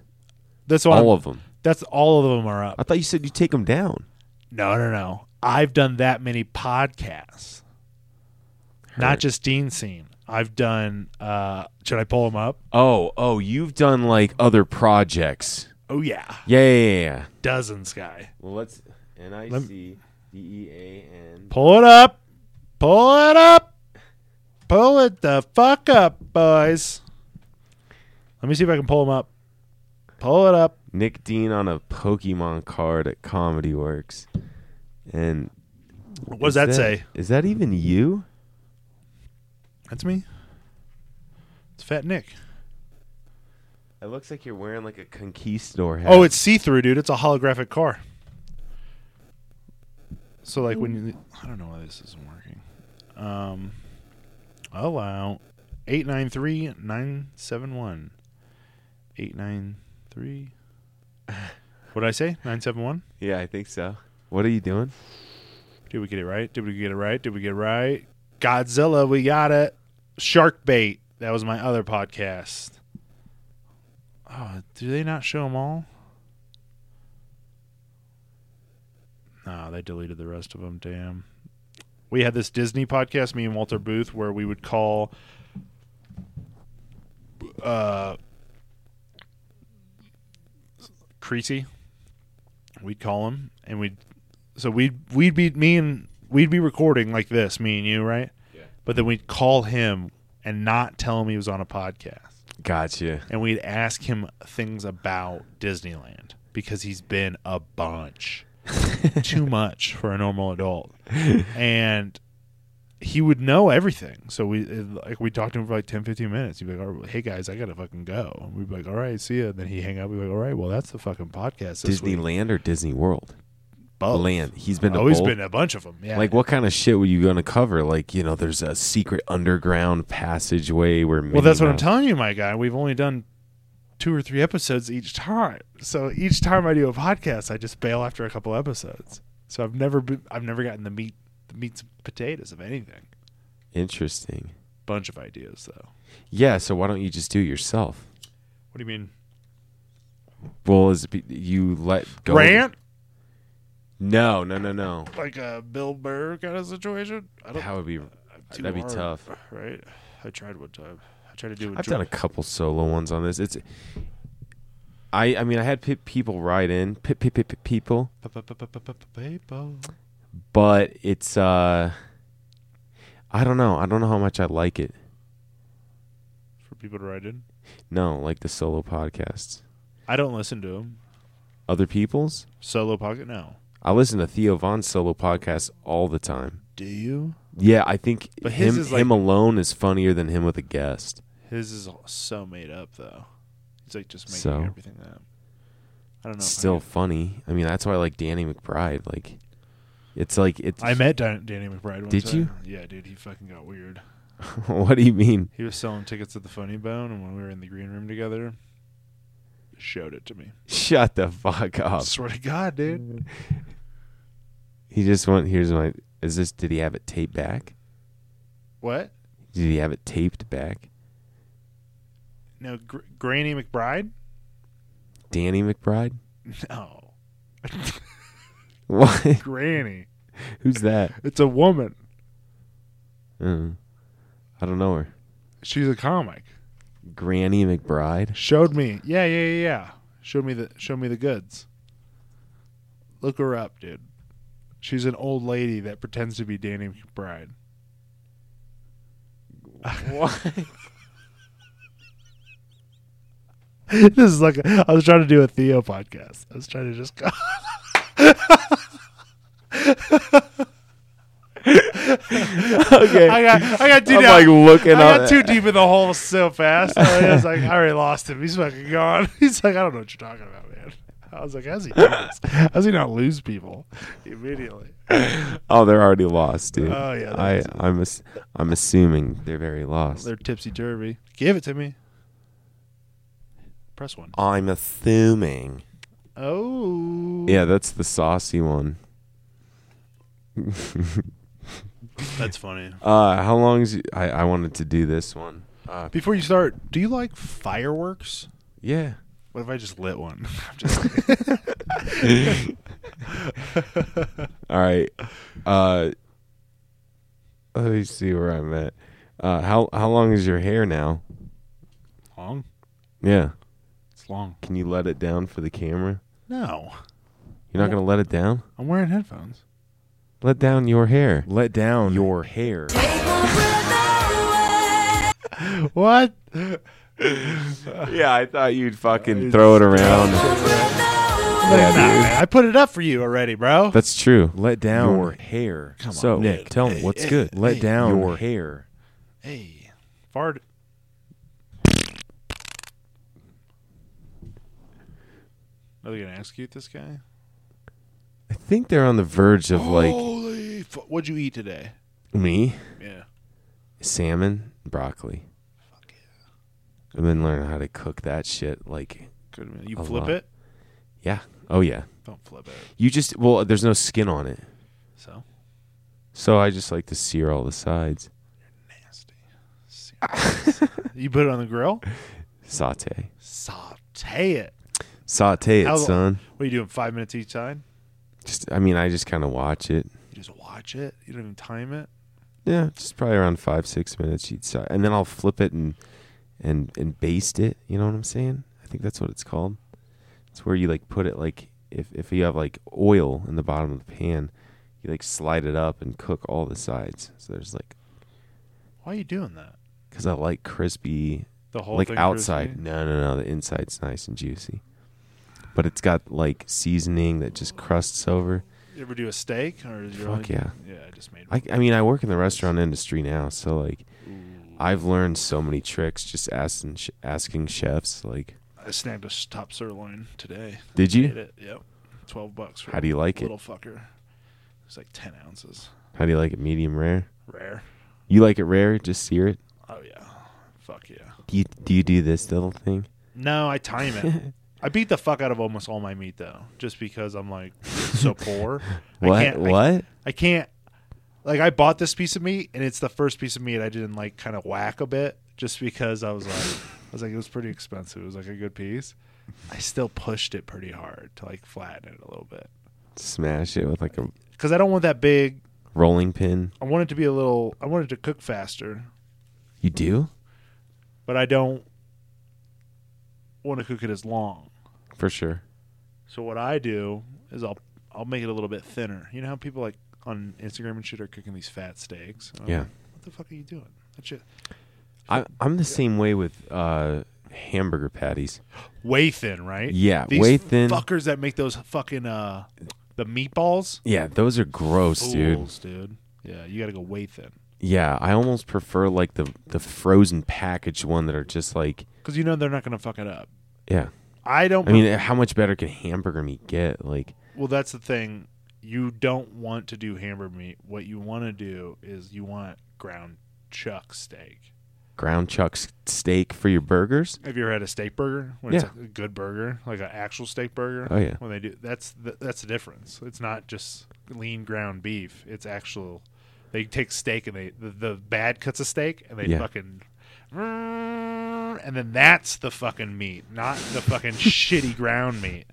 Speaker 1: That's all.
Speaker 2: All of them.
Speaker 1: that's all of them are up.
Speaker 2: I thought you said you take them down.
Speaker 1: No, no, no. I've done that many podcasts, not
Speaker 2: Heard.
Speaker 1: just Dean scene. I've done. Uh, should I pull them up?
Speaker 2: Oh, oh, you've done like other projects.
Speaker 1: Oh yeah,
Speaker 2: Yeah, yeah, yeah, yeah.
Speaker 1: dozens, guy.
Speaker 2: Well, let's N I C D E A N.
Speaker 1: Pull it up. Pull it up. Pull it the fuck up, boys. Let me see if I can pull them up. Pull it up.
Speaker 2: Nick Dean on a Pokemon card at Comedy Works. And
Speaker 1: What does
Speaker 2: is
Speaker 1: that, say?
Speaker 2: Is that even you?
Speaker 1: That's me. It's Fat Nick.
Speaker 2: It looks like you're wearing like a conquistador hat.
Speaker 1: Oh, it's see through, dude. It's a holographic car. So, like, when you. I don't know why this isn't working. Um, allow 893 971. 893. What did I say? 971?
Speaker 2: yeah, I think so. What are you doing?
Speaker 1: Did we get it right? Did we get it right? Did we get it right? Godzilla, we got it. Shark Bait. That was my other podcast. Oh, do they not show them all? No, they deleted the rest of them. Damn. We had this Disney podcast, me and Walter Booth, where we would call uh, Creasy. We'd call him and we'd so we'd we'd be me and we'd be recording like this, me and you, right? Yeah. But then we'd call him and not tell him he was on a podcast,
Speaker 2: Gotcha.
Speaker 1: and we'd ask him things about Disneyland because he's been a bunch, too much for a normal adult, and he would know everything. So we like we talked to him for like 10, 15 minutes. He'd be like, "All right, "Hey guys, I gotta fucking go," and we'd be like, "All right, see ya." And then he would hang up. We'd be like, "All right, well that's the fucking podcast." This week."
Speaker 2: Disneyland or Disney World?
Speaker 1: Both.
Speaker 2: Land. He's been to
Speaker 1: Oh, he's
Speaker 2: both?
Speaker 1: been to a bunch of them. Yeah.
Speaker 2: Like, what kind of shit were you going to cover? Like, you know, there's a secret underground passageway where.
Speaker 1: Well, that's what I'm telling you, my guy. We've only done two or three episodes each time. So each time I do a podcast, I just bail after a couple episodes. So I've never been, I've never gotten the meat, the meats and potatoes of anything.
Speaker 2: Interesting.
Speaker 1: Bunch of ideas though.
Speaker 2: Yeah, so why don't you just do it yourself?
Speaker 1: What do you mean?
Speaker 2: Well, is it be, you let go?
Speaker 1: Rant
Speaker 2: No, no, no, no.
Speaker 1: like a Bill Burr kind of situation. I don't.
Speaker 2: That would be.
Speaker 1: too
Speaker 2: that'd be
Speaker 1: hard,
Speaker 2: tough.
Speaker 1: Right. I tried one time. I tried to do.
Speaker 2: I've done a couple solo ones on this. It's. I I mean I had pe- people write in pe- pe- pe- pe- people, but it's uh. I don't know. I don't know how much I like it.
Speaker 1: for people to write in.
Speaker 2: No, like the solo podcasts.
Speaker 1: I don't listen to them.
Speaker 2: Other people's.
Speaker 1: Solo pocket no.
Speaker 2: I listen to Theo Von's solo podcast all the time.
Speaker 1: Do you?
Speaker 2: Yeah, I think
Speaker 1: But his
Speaker 2: him
Speaker 1: is like-
Speaker 2: him alone is funnier than him with a guest.
Speaker 1: His is all so made up though. He's like just making
Speaker 2: So?
Speaker 1: everything up. I don't know. if I
Speaker 2: Still
Speaker 1: could-
Speaker 2: funny. I mean, that's why I like Danny McBride. Like, it's like it's. *laughs*
Speaker 1: I met Dan- Danny McBride. Once
Speaker 2: Did you?
Speaker 1: Yeah, dude. He fucking got weird.
Speaker 2: what do you mean?
Speaker 1: He was selling tickets at the Funny Bone, and when we were in the green room together, showed it to me.
Speaker 2: Shut the fuck
Speaker 1: I
Speaker 2: up.
Speaker 1: *laughs* swear to God, dude.
Speaker 2: He just went. Here's my. Is this? Did he have it taped back?
Speaker 1: What?
Speaker 2: Did he have it taped back?
Speaker 1: No, Gr- Granny McBride? *laughs*
Speaker 2: Danny McBride. *laughs*
Speaker 1: No,
Speaker 2: What?
Speaker 1: Granny.
Speaker 2: Who's that?
Speaker 1: It's a woman.
Speaker 2: Uh, I don't know her.
Speaker 1: She's a comic.
Speaker 2: Granny McBride.
Speaker 1: Showed me. Yeah, yeah, yeah, yeah. Showed me the showed me the goods. Look her up, dude. She's an old lady that pretends to be Danny McBride.
Speaker 2: What?
Speaker 1: *laughs* this is like a, I was trying to do a Theo podcast. I was trying to just go.
Speaker 2: *laughs* okay.
Speaker 1: I
Speaker 2: I
Speaker 1: got *laughs* I got too
Speaker 2: am
Speaker 1: down.
Speaker 2: like looking.
Speaker 1: I got
Speaker 2: up-
Speaker 1: too deep in the hole so fast. I was like, I already lost him. He's fucking gone. *laughs* He's like, I don't know what you're talking about, man. I was like, how's he do this? How's he not lose people immediately?
Speaker 2: Oh, they're already lost, dude.
Speaker 1: Oh, yeah,
Speaker 2: I,
Speaker 1: that's-
Speaker 2: I'm ass- I'm assuming they're very lost.
Speaker 1: They're tipsy turvy. Give it to me. Press one.
Speaker 2: I'm assuming.
Speaker 1: Oh,
Speaker 2: Yeah, that's the saucy one.
Speaker 1: that's funny.
Speaker 2: Uh, how long is? I I wanted to do this one. Uh,
Speaker 1: Before you start, do you like fireworks?
Speaker 2: yeah.
Speaker 1: What if I just lit one? *laughs* I'm just
Speaker 2: All right. Uh, let me see where I'm at. Uh, how how long is your hair now?
Speaker 1: long.
Speaker 2: Yeah.
Speaker 1: It's long.
Speaker 2: Can you let it down for the camera?
Speaker 1: No,
Speaker 2: You're not gonna let it down.
Speaker 1: I'm wearing headphones.
Speaker 2: Let down your hair. Let down your hair.
Speaker 1: What?
Speaker 2: *laughs* yeah, I thought you'd fucking throw it around.
Speaker 1: Nah, man, I put it up for you already, bro.
Speaker 2: That's true. Let down your hair. Come so,
Speaker 1: on,
Speaker 2: Nick, tell me what's good. Let down your hair.
Speaker 1: hey, fart. Are they gonna execute this guy?
Speaker 2: I think they're on the verge of *gasps* like
Speaker 1: Holy! Fu- What'd you eat today?
Speaker 2: me,
Speaker 1: Yeah.
Speaker 2: salmon, broccoli. I've been learning how to cook that shit. Like,
Speaker 1: Good man. You
Speaker 2: A
Speaker 1: flip
Speaker 2: lot.
Speaker 1: it?
Speaker 2: yeah, oh yeah.
Speaker 1: Don't flip it.
Speaker 2: You just well, there's no skin on it,
Speaker 1: So
Speaker 2: so I just like to sear all the sides.
Speaker 1: nasty.
Speaker 2: *laughs*
Speaker 1: you put it on the grill?
Speaker 2: Saute,
Speaker 1: Saute it.
Speaker 2: saute it,
Speaker 1: How-
Speaker 2: son.
Speaker 1: What are you doing? Five minutes each time?
Speaker 2: Just, I mean, I just kind of watch it.
Speaker 1: You just watch it. You don't even time it.
Speaker 2: Yeah, just probably around five, six minutes each side, and then I'll flip it and and and baste it. You know what I'm saying? I think that's what it's called. It's where you like put it like if if you have like oil in the bottom of the pan, you like slide it up and cook all the sides. So there's like
Speaker 1: Why are you doing that?
Speaker 2: because I like crispy,
Speaker 1: The whole
Speaker 2: like
Speaker 1: thing
Speaker 2: outside.
Speaker 1: crispy?
Speaker 2: No, no, no. The inside's nice and juicy, but it's got like seasoning that just crusts over.
Speaker 1: You ever do a steak or is your
Speaker 2: Fuck yeah.
Speaker 1: Yeah, I just made.
Speaker 2: I, I mean, I work in the restaurant industry now, so like, I've learned so many tricks just asking sh- asking chefs. Like,
Speaker 1: I snagged a s- top sirloin today.
Speaker 2: did
Speaker 1: Ate
Speaker 2: you?
Speaker 1: it. Yep. Twelve bucks. For
Speaker 2: How do you like it?
Speaker 1: Little fucker. It's like ten ounces.
Speaker 2: How do you like it? Medium rare.
Speaker 1: Rare.
Speaker 2: You like it rare? Just sear it.
Speaker 1: Oh yeah. Fuck yeah.
Speaker 2: Do you do, you do this little thing?
Speaker 1: No, I time
Speaker 2: *laughs*
Speaker 1: it. I beat the fuck out of almost all my
Speaker 2: *laughs*
Speaker 1: meat though, just because I'm like so poor. I
Speaker 2: What?
Speaker 1: can't- I-
Speaker 2: what?
Speaker 1: I can't. Like I bought this piece of meat, and it's the first piece of meat I didn't like, kind of whack a bit, just because I was like, I was like, it was pretty expensive. It was like a good piece. I still pushed it pretty hard to like flatten it a little bit
Speaker 2: Smash it with like a
Speaker 1: because I don't want that big.
Speaker 2: rolling pin.
Speaker 1: I want it to be a little. I want it to cook faster,
Speaker 2: You do?
Speaker 1: but I don't want to cook it as long.
Speaker 2: For sure.
Speaker 1: So what I do is I'll I'll make it a little bit thinner. You know how people like on Instagram and shit are cooking these fat steaks. And I'm
Speaker 2: Yeah.
Speaker 1: like, what the fuck are you doing? That shit
Speaker 2: I, I'm the same way with uh, hamburger patties.
Speaker 1: way thin, right?
Speaker 2: Yeah,
Speaker 1: These
Speaker 2: way thin.
Speaker 1: Fuckers that make those fucking uh the meatballs.
Speaker 2: Yeah, those are gross, dude.
Speaker 1: Fools, dude. Yeah, you got to go way thin
Speaker 2: Yeah, I almost prefer like the the frozen packaged one that are just like
Speaker 1: because you know they're not gonna fuck it up.
Speaker 2: yeah.
Speaker 1: I don't.
Speaker 2: I mean, how much better can hamburger meat get? Like,
Speaker 1: Well, that's the thing. You don't want to do hamburger meat. What you want to do is you want ground chuck steak.
Speaker 2: ground chuck s- steak for your burgers?
Speaker 1: Have you ever had a steak burger? When it's
Speaker 2: Yeah.
Speaker 1: a good burger, like an actual steak burger.
Speaker 2: Oh, yeah.
Speaker 1: When they do that's the, that's the difference. It's not just lean ground beef. It's actual. They take steak and they the, the bad cuts of steak and they
Speaker 2: Yeah.
Speaker 1: fucking. And then that's the fucking meat, not the
Speaker 2: *laughs*
Speaker 1: fucking shitty ground meat,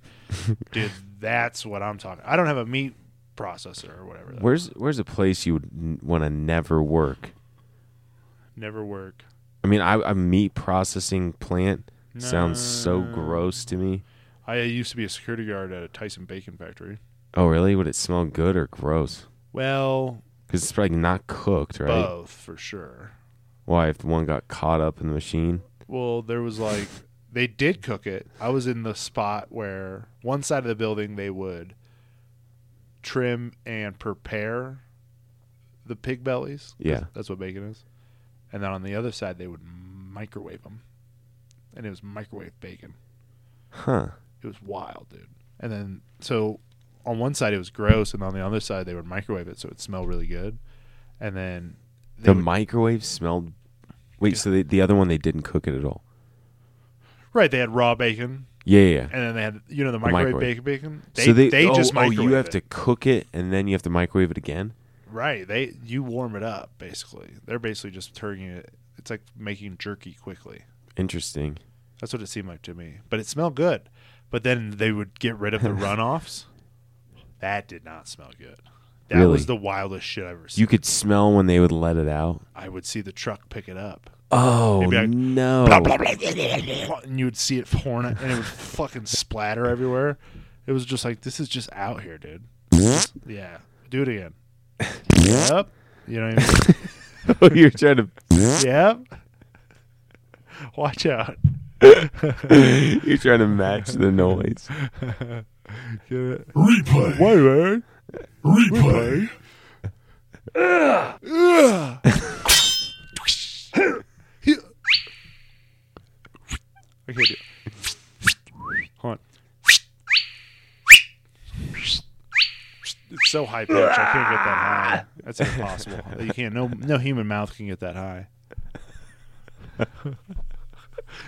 Speaker 1: dude. That's what I'm talking. I don't have a meat processor or whatever. though.
Speaker 2: Where's where's a place you would want to never work?
Speaker 1: Never work.
Speaker 2: I mean, I, a meat processing plant sounds so gross to me.
Speaker 1: I used to be a security guard at a Tyson Bacon factory.
Speaker 2: Oh, really? Would it smell good or gross?
Speaker 1: Well,
Speaker 2: Because it's probably not cooked, right?
Speaker 1: both for sure.
Speaker 2: Why? If one got caught up in the machine?
Speaker 1: Well, there was like they did cook it. I was in the spot where one side of the building they would trim and prepare the pig bellies. 'cause
Speaker 2: Yeah.
Speaker 1: that's what bacon is. And then on the other side they would microwave them, and it was microwave bacon.
Speaker 2: Huh.
Speaker 1: It was wild, dude. And then so on one side it was gross, and on the other side they would microwave it so it smelled really good. And then they
Speaker 2: The
Speaker 1: would-
Speaker 2: microwave smelled. Wait, so the, the other one they didn't cook it at all?
Speaker 1: right they had raw bacon,
Speaker 2: Yeah, yeah. yeah.
Speaker 1: and then they had you know the microwave,
Speaker 2: microwave.
Speaker 1: bacon bacon. They
Speaker 2: so
Speaker 1: they,
Speaker 2: they, oh,
Speaker 1: just
Speaker 2: oh,
Speaker 1: microwave
Speaker 2: you have
Speaker 1: it.
Speaker 2: to cook it and then you have to microwave it again.
Speaker 1: right they you warm it up basically. They're basically just turning it. It's like making jerky quickly.
Speaker 2: Interesting.
Speaker 1: That's what it seemed like to me. But it smelled good. But then they would get rid
Speaker 2: *laughs*
Speaker 1: of the runoffs. That did not smell good. That
Speaker 2: Really?
Speaker 1: was the wildest shit I've ever seen.
Speaker 2: You could smell when they would let it out.
Speaker 1: I would see the truck pick it up.
Speaker 2: Oh
Speaker 1: They'd be
Speaker 2: *laughs*
Speaker 1: like,
Speaker 2: no!
Speaker 1: and you would see it pouring it, and it would fucking splatter everywhere. It was just like this is just out here, dude. yeah, do it again. yep. You know. What I
Speaker 2: *laughs*
Speaker 1: mean?
Speaker 2: You're trying to *laughs*
Speaker 1: yep. Watch out.
Speaker 2: You're trying to match the noise.
Speaker 4: Replay.
Speaker 1: Wait, wait.
Speaker 4: Replay.
Speaker 1: I can't do it. Hold on. It's so high pitched. I can't get that high. That's impossible. You can't. No, no human mouth can get that *laughs* high.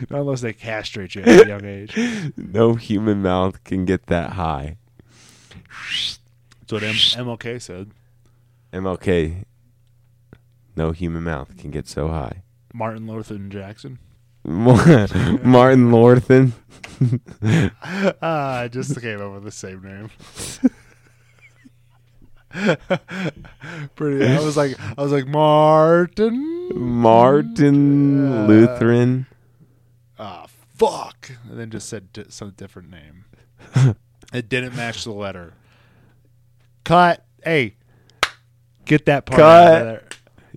Speaker 1: Not unless they castrate you at a young age. That's
Speaker 2: No human mouth can get that high.
Speaker 1: what M- MLK said.
Speaker 2: MLK. No human mouth can get so high. *laughs*
Speaker 1: Martin Luther and *laughs* Jackson.
Speaker 2: Martin Lorthen.
Speaker 1: Ah, I just came up with the same name. *laughs* Pretty. I was like, I was like Martin.
Speaker 2: Martin Lutheran.
Speaker 1: ah, fuck, and then just said di- some different name.
Speaker 2: *laughs*
Speaker 1: it didn't match the letter. Cut. Hey, get that part out
Speaker 2: Cut.
Speaker 1: of there.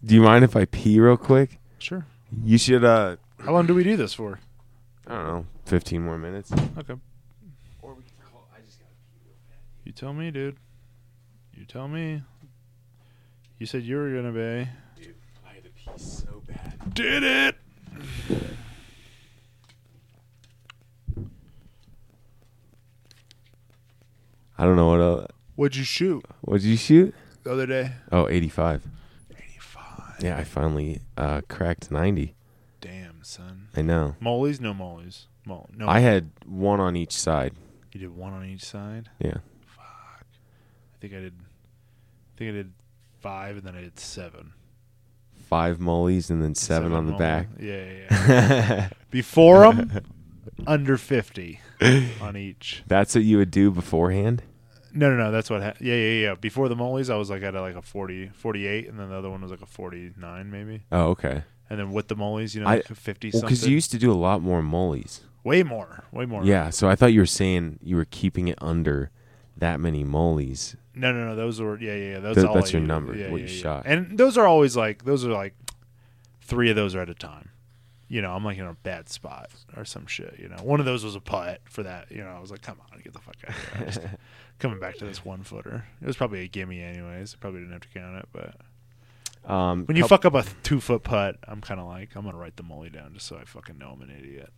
Speaker 2: Do you mind if I pee real quick?
Speaker 1: Sure.
Speaker 2: You should uh
Speaker 1: How long do we do this for?
Speaker 2: I don't know, fifteen more minutes.
Speaker 1: Okay. Or we can call. I just got. You tell me, dude. You tell me. You said you were gonna be.
Speaker 2: I had to pee so bad.
Speaker 1: Did it.
Speaker 2: I don't know what else
Speaker 1: What'd you shoot
Speaker 2: what'd you shoot?
Speaker 1: the other day?
Speaker 2: Oh, 85.
Speaker 1: 85.
Speaker 2: Yeah, I finally uh cracked ninety.
Speaker 1: Damn, son.
Speaker 2: I know.
Speaker 1: Mollies? No mollies. Mo- no.
Speaker 2: I had one on each side.
Speaker 1: you did one on each side.
Speaker 2: Yeah.
Speaker 1: I think I did. I think I did five, and then I did seven.
Speaker 2: Five mullies and then seven, on the
Speaker 1: mullies.
Speaker 2: back.
Speaker 1: Yeah, yeah. yeah. *laughs* Before them, under fifty on each.
Speaker 2: *laughs* That's what you would do beforehand.
Speaker 1: No, no, no. That's what. Ha- yeah, yeah, yeah. Before the mollies, I was like at a, like a 40, 48, and then the other one was like a forty-nine, maybe.
Speaker 2: Oh, okay.
Speaker 1: And then with the mollies, you know,
Speaker 2: I-
Speaker 1: like fifty
Speaker 2: Well,
Speaker 1: something.
Speaker 2: because you used to do a lot more mullies.
Speaker 1: way more, way more.
Speaker 2: Yeah, so I thought you were saying you were keeping it under that many mullies.
Speaker 1: No, no, no. Those were yeah, yeah. yeah those
Speaker 2: Th-
Speaker 1: all
Speaker 2: that's
Speaker 1: I
Speaker 2: your
Speaker 1: use.
Speaker 2: number,
Speaker 1: Yeah,
Speaker 2: what
Speaker 1: yeah,
Speaker 2: you
Speaker 1: yeah.
Speaker 2: shot.
Speaker 1: And those are always like those are like three of those are at a time. You know, I'm like in a bad spot or some shit. You know, one of those was a putt for that. You know, I was like, come on, get the fuck out of here.
Speaker 2: *laughs*
Speaker 1: I'm just coming back to this one footer. It was probably a gimme anyways. I probably didn't have to count it, but
Speaker 2: Um,
Speaker 1: when you
Speaker 2: couple-
Speaker 1: fuck up a two foot putt, I'm kind of like, I'm gonna write the molly down just so I fucking know I'm an idiot.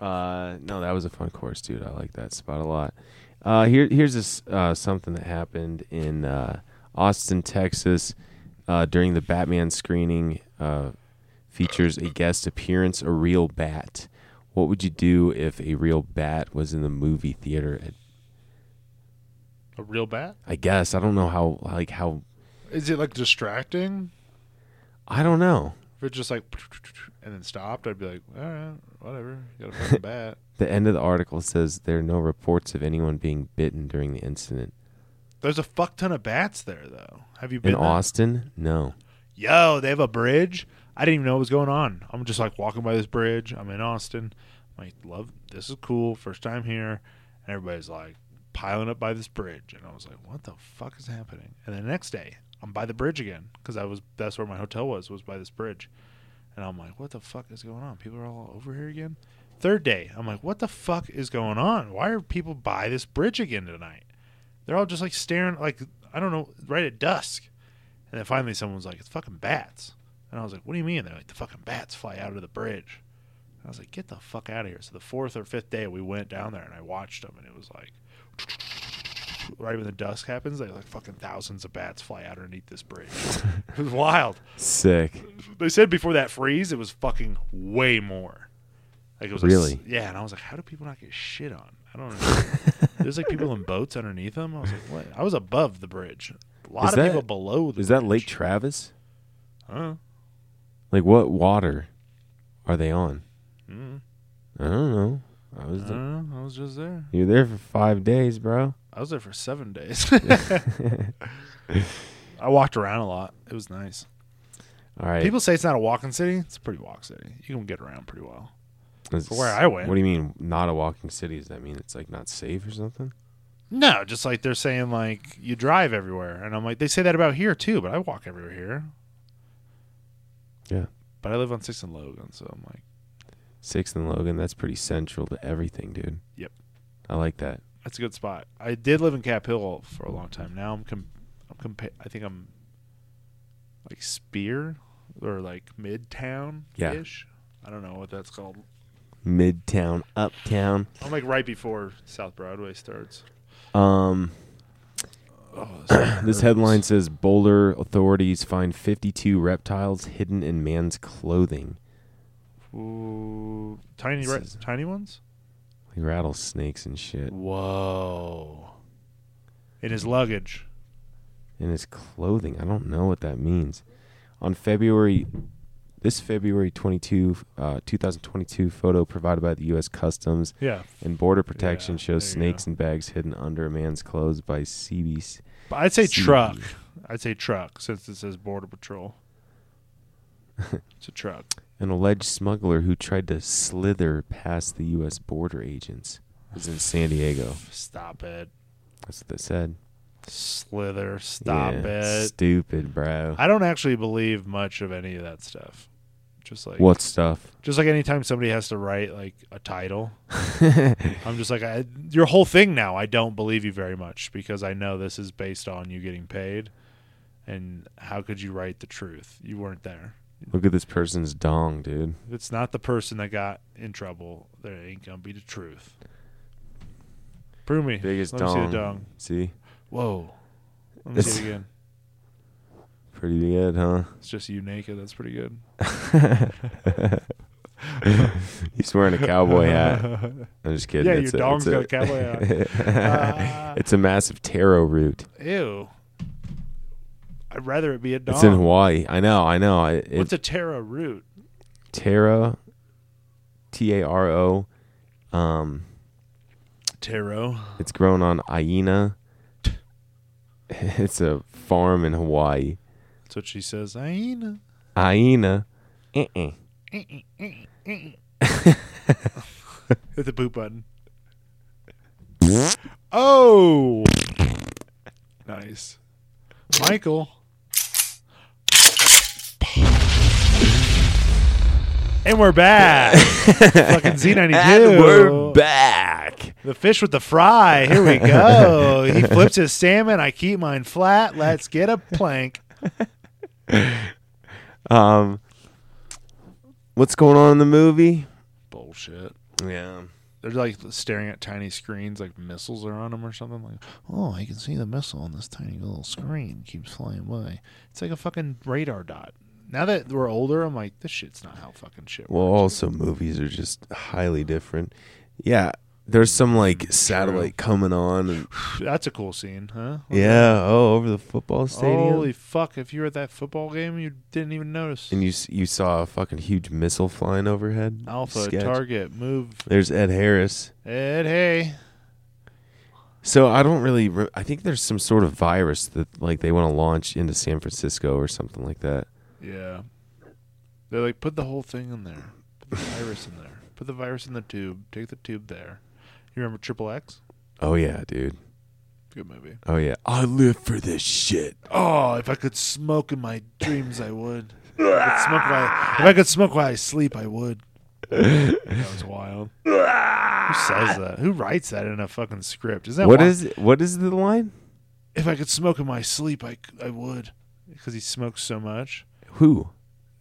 Speaker 2: yeah. Uh, no, that was a fun course, dude. I like that spot a lot. Uh, here, here's this uh, something that happened in uh, Austin, Texas, uh, during the Batman screening. Uh, features a guest appearance, a real bat. What would you do if a real bat was in the movie theater? At,
Speaker 1: A real bat?
Speaker 2: I guess I don't know how, like how,
Speaker 1: Is it like distracting?
Speaker 2: I don't know.
Speaker 1: If it's just like *laughs* and then stopped, I'd be like, all right, whatever. You got a fucking bat.
Speaker 2: The end of the article says there are no reports of anyone being bitten during the incident.
Speaker 1: There's a fuck ton of bats there, though. Have you been
Speaker 2: In
Speaker 1: there?
Speaker 2: Austin? No.
Speaker 1: Yo, they have a bridge. I didn't even know what was going on. I'm just like walking by this bridge. I'm in Austin. I'm like, love, this is cool. First time here. And everybody's like piling up by this bridge. And I was like, what the fuck is happening? And the next day, I'm by the bridge again because I was that's where my hotel was was by this bridge. And I'm like, what the fuck is going on? People are all over here again. Third day, I'm like, what the fuck is going on? Why are people by this bridge again tonight? They're all just like staring, like I don't know, right at dusk. And then finally, someone's like, "It's fucking bats." And I was like, "What do you mean?" They're like, "The fucking bats fly out of the bridge." And I was like, "Get the fuck out of here!" So the fourth or fifth day, we went down there and I watched them, and it was like, *laughs* right when the dusk happens, they like fucking thousands of bats fly out underneath
Speaker 2: *laughs*
Speaker 1: this bridge. it was wild.
Speaker 2: Sick.
Speaker 1: They said before that freeze, it was fucking way more. Like it was
Speaker 2: Really?
Speaker 1: Like, yeah, and I was like, "How do people not get shit on?" I
Speaker 2: *laughs*
Speaker 1: don't know. There's like people in boats underneath them. I was like, "What?" I was above the bridge. A lot
Speaker 2: Is
Speaker 1: of
Speaker 2: that-
Speaker 1: people below. The
Speaker 2: Is that
Speaker 1: bridge.
Speaker 2: Lake Travis?
Speaker 1: I don't know.
Speaker 2: Like what water are they on?
Speaker 1: Mm.
Speaker 2: I don't know. I was
Speaker 1: I
Speaker 2: there.
Speaker 1: don't know. Uh, I was just there.
Speaker 2: you're there for five days, bro. *laughs*
Speaker 1: I was there for seven days. I walked around a lot. It was nice.
Speaker 2: All right.
Speaker 1: People say it's not a walking city. It's a pretty walk city. You can get around pretty well.
Speaker 2: Is-
Speaker 1: where I went.
Speaker 2: What do you mean not a walking city? Does that mean it's like not safe or something?
Speaker 1: No, just like they're saying, like you drive everywhere, and I'm like, they say that about here too. But I walk everywhere here.
Speaker 2: Yeah.
Speaker 1: But I live on Sixth and Logan, so I'm like,
Speaker 2: Sixth and Logan, that's pretty central to everything, dude.
Speaker 1: Yep.
Speaker 2: I like that.
Speaker 1: that's a good spot. I did live in Cap Hill for a long time. Now I'm, com- I'm compa- I think I'm like Spear or like Midtown ish. I don't know what that's called.
Speaker 2: Midtown, uptown.
Speaker 1: I'm like right before South Broadway starts.
Speaker 2: Um,
Speaker 1: Oh,
Speaker 2: *coughs* this headline says Boulder authorities find 52 reptiles hidden in man's clothing.
Speaker 1: Ooh, tiny,
Speaker 2: This
Speaker 1: ri-
Speaker 2: is-
Speaker 1: tiny ones.
Speaker 2: Like rattlesnakes and shit.
Speaker 1: Whoa! In his luggage.
Speaker 2: In his clothing. I don't know what that means. On February, this February 22, uh, 2022 photo provided by the U.S. Customs
Speaker 1: Yeah,
Speaker 2: and Border Protection
Speaker 1: Yeah,
Speaker 2: shows
Speaker 1: there you go.
Speaker 2: snakes and bags hidden under a man's clothes by CBC.
Speaker 1: but I'd say
Speaker 2: See.
Speaker 1: truck. I'd say truck since it says border patrol.
Speaker 2: *laughs*
Speaker 1: it's a truck.
Speaker 2: An alleged smuggler who tried to slither past the U.S. border agents is in San Diego.
Speaker 1: Stop it.
Speaker 2: That's what they said.
Speaker 1: Slither. Stop
Speaker 2: Yeah,
Speaker 1: it.
Speaker 2: Stupid, bro.
Speaker 1: I don't actually believe much of any of that stuff. Just like
Speaker 2: What stuff?
Speaker 1: Just like anytime somebody has to write like
Speaker 2: *laughs*
Speaker 1: a title, I'm just like, I, your whole thing now. I don't believe you very much because I know this is based on you getting paid, and how could you write the truth? You weren't there.
Speaker 2: Look at this person's dong, dude.
Speaker 1: If it's not the person that got in trouble, there ain't gonna be the truth. Prove me.
Speaker 2: Biggest
Speaker 1: Let me
Speaker 2: dong.
Speaker 1: see the dong.
Speaker 2: See?
Speaker 1: Whoa. Let me see it again.
Speaker 2: Pretty good, huh?
Speaker 1: It's just you naked. That's pretty good.
Speaker 2: He's wearing a cowboy
Speaker 1: *laughs*
Speaker 2: hat. I'm just kidding.
Speaker 1: Yeah,
Speaker 2: It's
Speaker 1: your
Speaker 2: a-
Speaker 1: dong's
Speaker 2: it's *laughs*
Speaker 1: got a cowboy hat. *laughs*
Speaker 2: it's a massive taro root.
Speaker 1: Ah, Ew. I'd rather it be at dawn.
Speaker 2: It's in Hawaii. I know. I know. I, it's
Speaker 1: What's a Terra root?
Speaker 2: Taro, T A R O. Um,
Speaker 1: Taro.
Speaker 2: it's grown on Aina. *laughs* It's a farm in Hawaii.
Speaker 1: That's what she says. Aina.
Speaker 2: Aina. Uh-uh.
Speaker 1: Hit the poop button. Oh, nice, Michael. And we're back.
Speaker 2: *laughs*
Speaker 1: Fucking Z ninety two.
Speaker 2: And we're back.
Speaker 1: The fish with the fry. Here we go. he flips his salmon. I keep mine flat. Let's get a plank.
Speaker 2: Um, what's going on in the movie?
Speaker 1: Bullshit.
Speaker 2: Yeah.
Speaker 1: They're like staring at tiny screens, like missiles are on them or something. Like, oh, I can see the missile on this tiny little screen. Keeps flying by. It's like a fucking radar dot. Now that we're older, I'm like, this shit's not how fucking shit
Speaker 2: Well,
Speaker 1: works.
Speaker 2: also movies are just highly different. Yeah, there's some like satellite coming on. And,
Speaker 1: That's a cool scene, huh?
Speaker 2: yeah. Oh, over the football stadium.
Speaker 1: Holy fuck! If you were at that football game, you didn't even notice.
Speaker 2: and you s- you saw a fucking huge missile flying overhead.
Speaker 1: Alpha
Speaker 2: Sketch.
Speaker 1: target move.
Speaker 2: There's Ed Harris.
Speaker 1: Ed, hey.
Speaker 2: So I don't really. Re- I think there's some sort of virus that like they want to launch into San Francisco or something like that.
Speaker 1: Yeah. They're like, put the whole thing in there. Put the virus in there. Put the virus in the tube. Take the tube there. You remember Triple X?
Speaker 2: Oh yeah, dude.
Speaker 1: Good movie.
Speaker 2: Oh yeah. I live for this shit.
Speaker 1: Oh, if I could smoke in my dreams, I would. If I could smoke while I, if I could smoke while I sleep, I would. That was wild. Who says that? Who writes that in a fucking script? Is that
Speaker 2: What
Speaker 1: wi-
Speaker 2: is what is the line?
Speaker 1: If I could smoke in my sleep, I c- I would. Because he smokes so much.
Speaker 2: Who?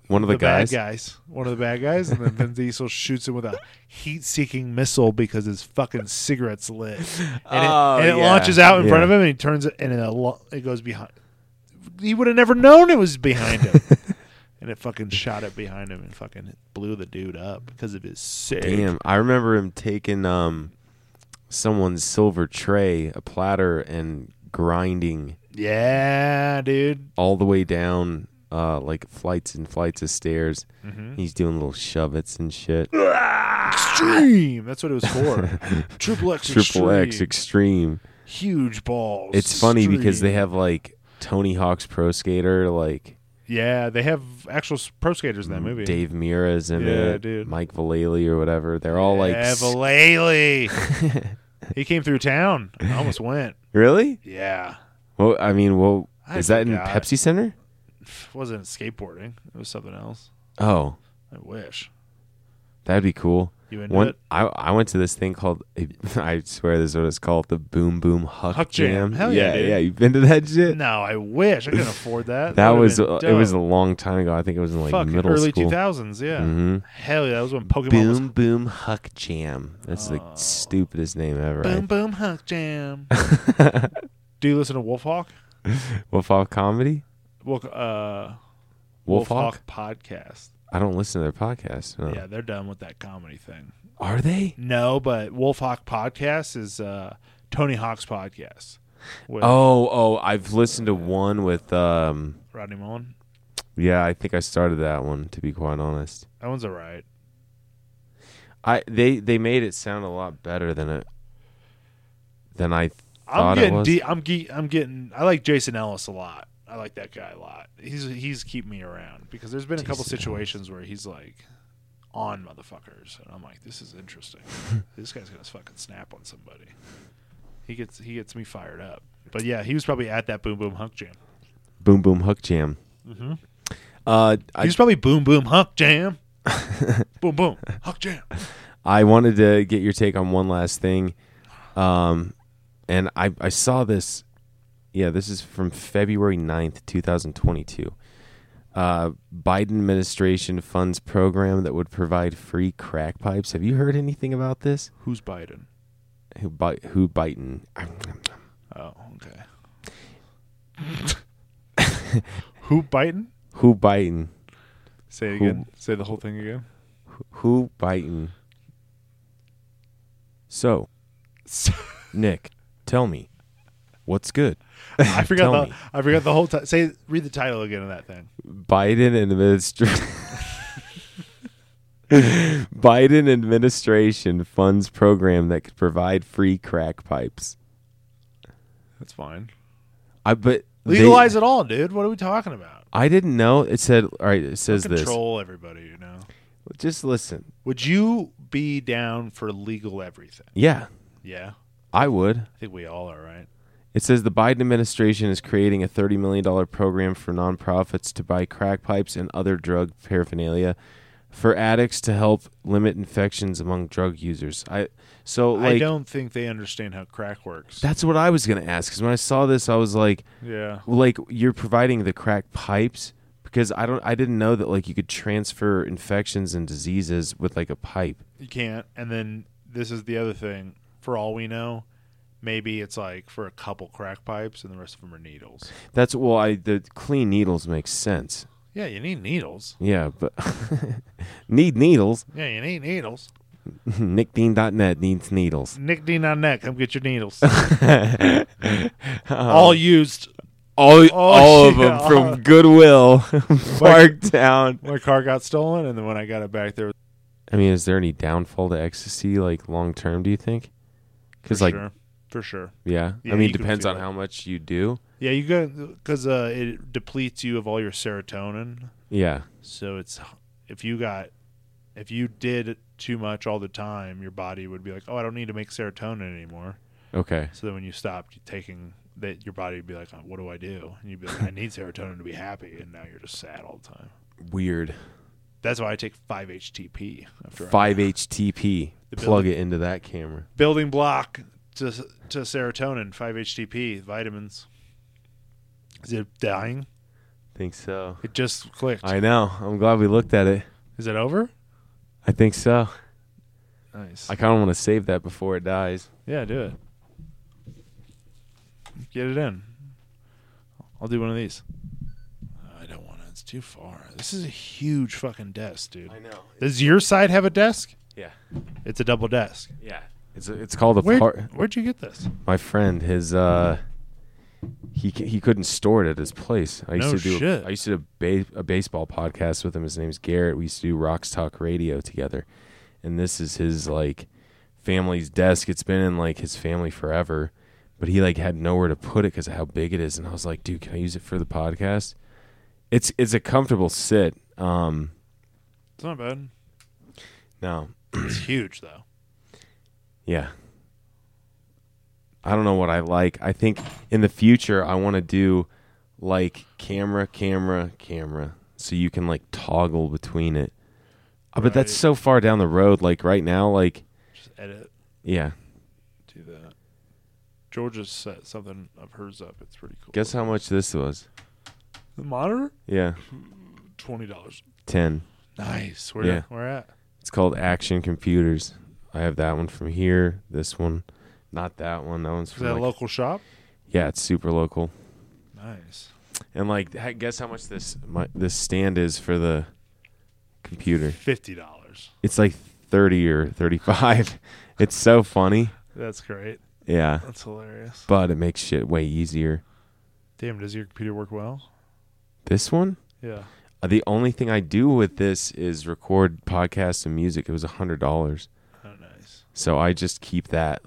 Speaker 2: One of the, guys.
Speaker 1: bad guys. One of the bad guys, and then
Speaker 2: *laughs*
Speaker 1: Vin Diesel shoots him with a heat-seeking missile because his fucking cigarette's lit, and it,
Speaker 2: Oh,
Speaker 1: and it
Speaker 2: yeah.
Speaker 1: launches out in front
Speaker 2: Yeah.
Speaker 1: of him, and he turns it, and it, al- it goes behind. He would have never known it was behind
Speaker 2: *laughs*
Speaker 1: him, and it fucking shot it behind him, and fucking blew the dude up because of his sick.
Speaker 2: Damn, I remember him taking um someone's silver tray, a platter, and grinding
Speaker 1: Yeah, dude.
Speaker 2: all the way down uh like flights and flights of stairs.
Speaker 1: Mm-hmm.
Speaker 2: He's doing little shovets and shit. Ah.
Speaker 1: Extreme. That's what it
Speaker 2: *laughs*
Speaker 1: was for. Triple X.
Speaker 2: Triple X
Speaker 1: extreme.
Speaker 2: Extreme.
Speaker 1: Huge balls.
Speaker 2: It's funny because they
Speaker 1: Extreme.
Speaker 2: have like Tony Hawk's Pro Skater, like
Speaker 1: yeah they have actual s- pro skaters in that movie.
Speaker 2: Mm, Dave Mira's in
Speaker 1: Yeah,
Speaker 2: it,
Speaker 1: dude.
Speaker 2: Mike Vallely or whatever. They're all like, s-
Speaker 1: Evalele.
Speaker 2: *laughs*
Speaker 1: he came through town. I almost went.
Speaker 2: really?
Speaker 1: Yeah.
Speaker 2: Well, I mean, well,
Speaker 1: I
Speaker 2: is that in
Speaker 1: forgot.
Speaker 2: Pepsi Center?
Speaker 1: wasn't skateboarding. It was something else.
Speaker 2: Oh,
Speaker 1: I wish.
Speaker 2: that'd be cool.
Speaker 1: You into
Speaker 2: One,
Speaker 1: it?
Speaker 2: I I went to this thing called *laughs* I swear this is what it's called the Boom Boom Huck,
Speaker 1: Huck Jam. Hell yeah,
Speaker 2: yeah,
Speaker 1: dude.
Speaker 2: You've been to that shit?
Speaker 1: No, I wish. I couldn't afford that.
Speaker 2: that
Speaker 1: would've
Speaker 2: was
Speaker 1: been
Speaker 2: uh, it
Speaker 1: dope.
Speaker 2: was a long time ago. I think it was in like
Speaker 1: Fuck,
Speaker 2: middle
Speaker 1: early
Speaker 2: school.
Speaker 1: 2000s, yeah.
Speaker 2: Mhm.
Speaker 1: Hell yeah, that was when Pokemon was
Speaker 2: Boom Boom Huck Jam. That's the stupidest name ever.
Speaker 1: Boom Boom Huck Jam. Do you listen to Wolfhawk?
Speaker 2: *laughs* Wolf Hawk comedy.
Speaker 1: Wolf, uh,
Speaker 2: Wolf, Hawk? Uh.
Speaker 1: Wolfhawk podcast.
Speaker 2: I don't listen to their podcast. no.
Speaker 1: Yeah, they're done with that comedy thing.
Speaker 2: Are they?
Speaker 1: No, but Wolfhawk podcast is uh, Tony Hawk's podcast. With
Speaker 2: Oh, oh, I've listened to one with um
Speaker 1: Rodney Mullen.
Speaker 2: yeah, I think I started that one to be quite honest.
Speaker 1: That one's all right.
Speaker 2: I they they made it sound a lot better than it than I
Speaker 1: I'm
Speaker 2: thought it
Speaker 1: getting
Speaker 2: was.
Speaker 1: de- I'm ge- I'm getting I like Jason Ellis a lot. I like that guy a lot. He's he's keeping me around because there's been a couple
Speaker 2: Jason
Speaker 1: situations where he's like on motherfuckers and I'm like this is
Speaker 2: *laughs*
Speaker 1: interesting. this guy's going to fucking snap on somebody. He gets he gets me fired up. But yeah, he was probably at that boom boom hunk jam.
Speaker 2: Boom Boom Hook Jam.
Speaker 1: Mm-hmm.
Speaker 2: Uh,
Speaker 1: He
Speaker 2: I
Speaker 1: was probably boom boom hunk
Speaker 2: *laughs*
Speaker 1: jam. boom boom hunk jam.
Speaker 2: I wanted to get your take on one last thing, um, and I I saw this. Yeah, this is from February 9th, 2022. Uh, Biden administration funds program that would provide free crack pipes. Have you heard anything about this?
Speaker 1: Who's Biden?
Speaker 2: Who bite? Who Biden?
Speaker 1: Oh, okay.
Speaker 2: *laughs*
Speaker 1: Who Biden?
Speaker 2: Who Biden?
Speaker 1: Say it
Speaker 2: Who-
Speaker 1: again. Say the whole thing again.
Speaker 2: Who Biden? So, Nick, tell me, What's good?
Speaker 1: *laughs* I forgot
Speaker 2: Tell
Speaker 1: the
Speaker 2: me.
Speaker 1: I forgot the whole time. Say read the title again of that thing.
Speaker 2: Biden administration. *laughs* Biden administration funds program that could provide free crack pipes.
Speaker 1: That's fine.
Speaker 2: I but they-
Speaker 1: Legalize it all, dude. What are we talking about?
Speaker 2: I didn't know. It said all right. It says this.
Speaker 1: Control everybody, you know.
Speaker 2: Just listen.
Speaker 1: Would you be down for legal everything?
Speaker 2: Yeah,
Speaker 1: Yeah.
Speaker 2: I would.
Speaker 1: I think we all are, right?
Speaker 2: It says the Biden administration is creating a $30 million program for nonprofits to buy crack pipes and other drug paraphernalia for addicts to help limit infections among drug users. I so
Speaker 1: I
Speaker 2: like
Speaker 1: don't think they understand how crack works.
Speaker 2: that's what I was going to ask cuz when I saw this I was like
Speaker 1: yeah.
Speaker 2: like you're providing the crack pipes because I don't I didn't know that like you could transfer infections and diseases with like a pipe.
Speaker 1: You can't. And then this is the other thing. For all we know, maybe it's like for a couple crack pipes and the rest of them are needles.
Speaker 2: That's well I the clean needles makes sense.
Speaker 1: Yeah, you need needles.
Speaker 2: Yeah, but *laughs* need needles.
Speaker 1: Yeah, you need needles.
Speaker 2: nickdean.net needs
Speaker 1: *laughs*
Speaker 2: needles. Uh,
Speaker 1: Nick D on neck, come get
Speaker 2: *laughs*
Speaker 1: your needles. all used.
Speaker 2: All, all of
Speaker 1: yeah.
Speaker 2: them from *laughs* Goodwill, Parktown.
Speaker 1: My car got stolen, and then when I got it back, there was
Speaker 2: I mean, is there any downfall to ecstasy, like long term? Do you think? Because,
Speaker 1: for
Speaker 2: like,
Speaker 1: sure. for sure.
Speaker 2: yeah.
Speaker 1: Yeah,
Speaker 2: I mean,
Speaker 1: you can
Speaker 2: depends
Speaker 1: feel
Speaker 2: on
Speaker 1: it.
Speaker 2: how much you do.
Speaker 1: Yeah, you go because uh, it depletes you of all your serotonin.
Speaker 2: Yeah,
Speaker 1: So it's if you got if you did too much all the time, your body would be like, "Oh, I don't need to make serotonin anymore."
Speaker 2: okay.
Speaker 1: So then when you stopped taking that, your body would be like, oh, "What do I do?" And you'd be like, "I need serotonin to be happy," and now you're just sad all the time.
Speaker 2: Weird.
Speaker 1: That's why I take five HTP after I-
Speaker 2: 5-HTP.
Speaker 1: The
Speaker 2: Plug it into that camera.
Speaker 1: building block to to serotonin, five HTP, vitamins. Is it dying?
Speaker 2: think so.
Speaker 1: It just clicked.
Speaker 2: I know. I'm glad we looked at it.
Speaker 1: Is it over?
Speaker 2: I think so.
Speaker 1: Nice.
Speaker 2: I kind of want to save that before it dies.
Speaker 1: Yeah, do it. Get it in. I'll do one of these. I don't want to. It's too far. This is a huge fucking desk, dude.
Speaker 2: know.
Speaker 1: Does your side have a desk?
Speaker 2: Yeah.
Speaker 1: It's a double desk.
Speaker 2: Yeah. It's, it's called a
Speaker 1: Where,
Speaker 2: par-
Speaker 1: where'd you get this?
Speaker 2: my friend his uh he c- he couldn't store it at his place. I used
Speaker 1: No
Speaker 2: to do
Speaker 1: shit.
Speaker 2: I used to do a, ba- a baseball podcast with him. His name's Garrett. We used to do Rocks Talk Radio together. And this is his like family's desk. It's been in like his family forever, but he like had nowhere to put it cuz of how big it is and I was like, "Dude, can I use it for the podcast?" It's it's a comfortable sit. Um
Speaker 1: It's not bad.
Speaker 2: no.
Speaker 1: It's *clears throat* huge, though.
Speaker 2: Yeah. I don't know what I like. I think in the future I want to do like camera, camera, camera, so you can like toggle between it. Uh, But that's
Speaker 1: Right.
Speaker 2: so far down the road. Like right now, like
Speaker 1: Just edit.
Speaker 2: yeah.
Speaker 1: Do that. Georgia set something of hers up. It's pretty cool.
Speaker 2: Guess how much this was?
Speaker 1: The monitor?
Speaker 2: Yeah,
Speaker 1: $20.
Speaker 2: ten.
Speaker 1: Nice. Where,
Speaker 2: Yeah.
Speaker 1: where at?
Speaker 2: It's called Action Computers. I have that one from here. This one, not that one. That one's
Speaker 1: Is
Speaker 2: from
Speaker 1: that a
Speaker 2: like-
Speaker 1: local shop?
Speaker 2: yeah. It's super local.
Speaker 1: Nice.
Speaker 2: And like, ha- guess how much this my, this stand is for the computer.
Speaker 1: $50.
Speaker 2: it's like 30 or 35 *laughs* it's so funny
Speaker 1: That's great.
Speaker 2: yeah
Speaker 1: That's hilarious.
Speaker 2: but it makes shit way easier
Speaker 1: Damn, does your computer work well?
Speaker 2: this one
Speaker 1: Yeah.
Speaker 2: uh, the only thing i do with this is record podcasts and music it was a hundred dollars
Speaker 1: Oh, nice.
Speaker 2: so i just keep that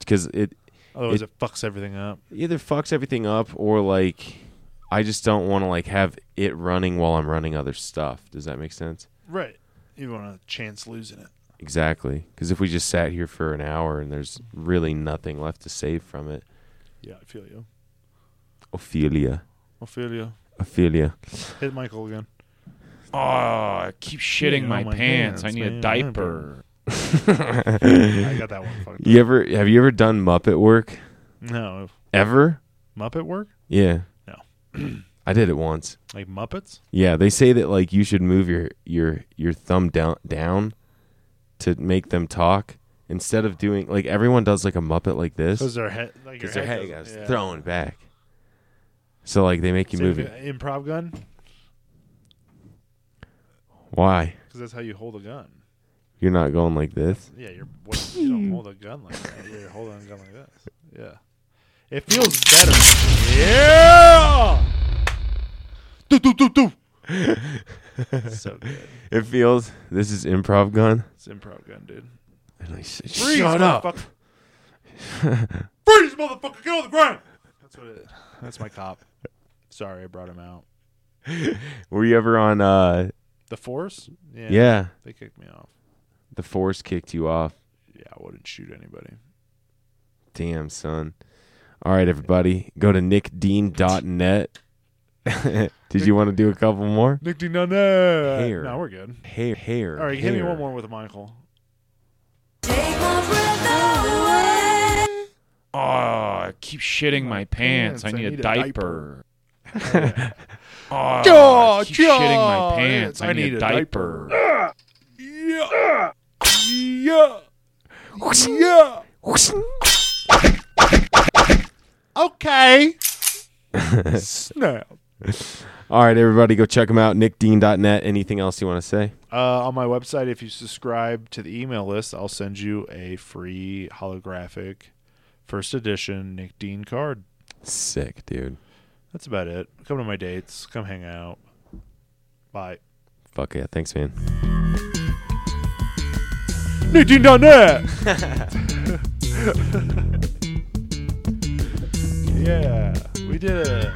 Speaker 2: because it
Speaker 1: Otherwise, it, fucks everything up.
Speaker 2: either fucks everything up or like i just don't want to like have it running while i'm running other stuff does that make sense
Speaker 1: Right. You want to chance losing it.
Speaker 2: exactly because if we just sat here for an hour and there's really nothing left to save from it
Speaker 1: Yeah, I feel you.
Speaker 2: ophelia
Speaker 1: I feel you.
Speaker 2: ophelia *laughs*
Speaker 1: Hit Michael *laughs* again.
Speaker 5: Oh, I keep shitting
Speaker 1: Yeah,
Speaker 5: my,
Speaker 1: my
Speaker 5: pants. I
Speaker 1: pants,
Speaker 5: need
Speaker 1: man,
Speaker 5: a
Speaker 1: my
Speaker 5: diaper.
Speaker 1: I got that one. Fucked.
Speaker 2: You ever have you ever done Muppet work
Speaker 1: No.
Speaker 2: ever?
Speaker 1: Muppet work?
Speaker 2: Yeah.
Speaker 1: No.
Speaker 2: *clears throat* I did it once.
Speaker 1: Like Muppets?
Speaker 2: Yeah, they say that like you should move your your your thumb down down to make them talk instead of doing like everyone does like a Muppet like this
Speaker 1: Because their head. Like your
Speaker 2: because their head
Speaker 1: goes-
Speaker 2: goes
Speaker 1: yeah.
Speaker 2: thrown back. So like they make you
Speaker 1: Same
Speaker 2: move
Speaker 1: with
Speaker 2: it.
Speaker 1: Improv gun?
Speaker 2: Why?
Speaker 1: Because that's how you hold a gun.
Speaker 2: You're not going like this.
Speaker 1: Yeah, you're. What, you don't hold a gun like that. You're holding a gun like this. Yeah. It feels better. Yeah. Do do do do. so good.
Speaker 2: It feels this is improv gun.
Speaker 1: It's improv gun, dude.
Speaker 2: And I said,
Speaker 1: Freeze,
Speaker 2: Shut up.
Speaker 1: motherfucker. *laughs* Freeze, motherfucker! Get on the ground. That's what it. That's my cop. Sorry, I brought him out.
Speaker 2: Were you ever on uh
Speaker 1: The force?
Speaker 2: yeah.
Speaker 1: They kicked me off.
Speaker 2: the force kicked you off.
Speaker 1: Yeah, I wouldn't shoot anybody.
Speaker 2: Damn son. All right, everybody. Go to nickdean.net. *laughs* Did you want to do a couple more?
Speaker 1: Nick D. No, no.
Speaker 2: Hair.
Speaker 1: No, we're good.
Speaker 2: Hair hair.
Speaker 1: All right, hit me
Speaker 2: hair.
Speaker 1: one more with a Michael.
Speaker 5: Oh, I keep shitting my pants. I need a diaper. Oh, I keep shitting my pants. I need a diaper.
Speaker 1: Yeah. Yeah. Yeah. Okay. Snap.
Speaker 2: *laughs* All right, everybody, go check them out. NickDean.net. Anything else you want to say?
Speaker 1: Uh, on my website, if you subscribe to the email list, I'll send you a free holographic first edition Nick Dean card.
Speaker 2: Sick, dude.
Speaker 1: That's about it. Come to my dates. Come hang out. Bye.
Speaker 2: Fuck yeah. Thanks, man.
Speaker 1: Nick Dean done that. *laughs* yeah, we did it.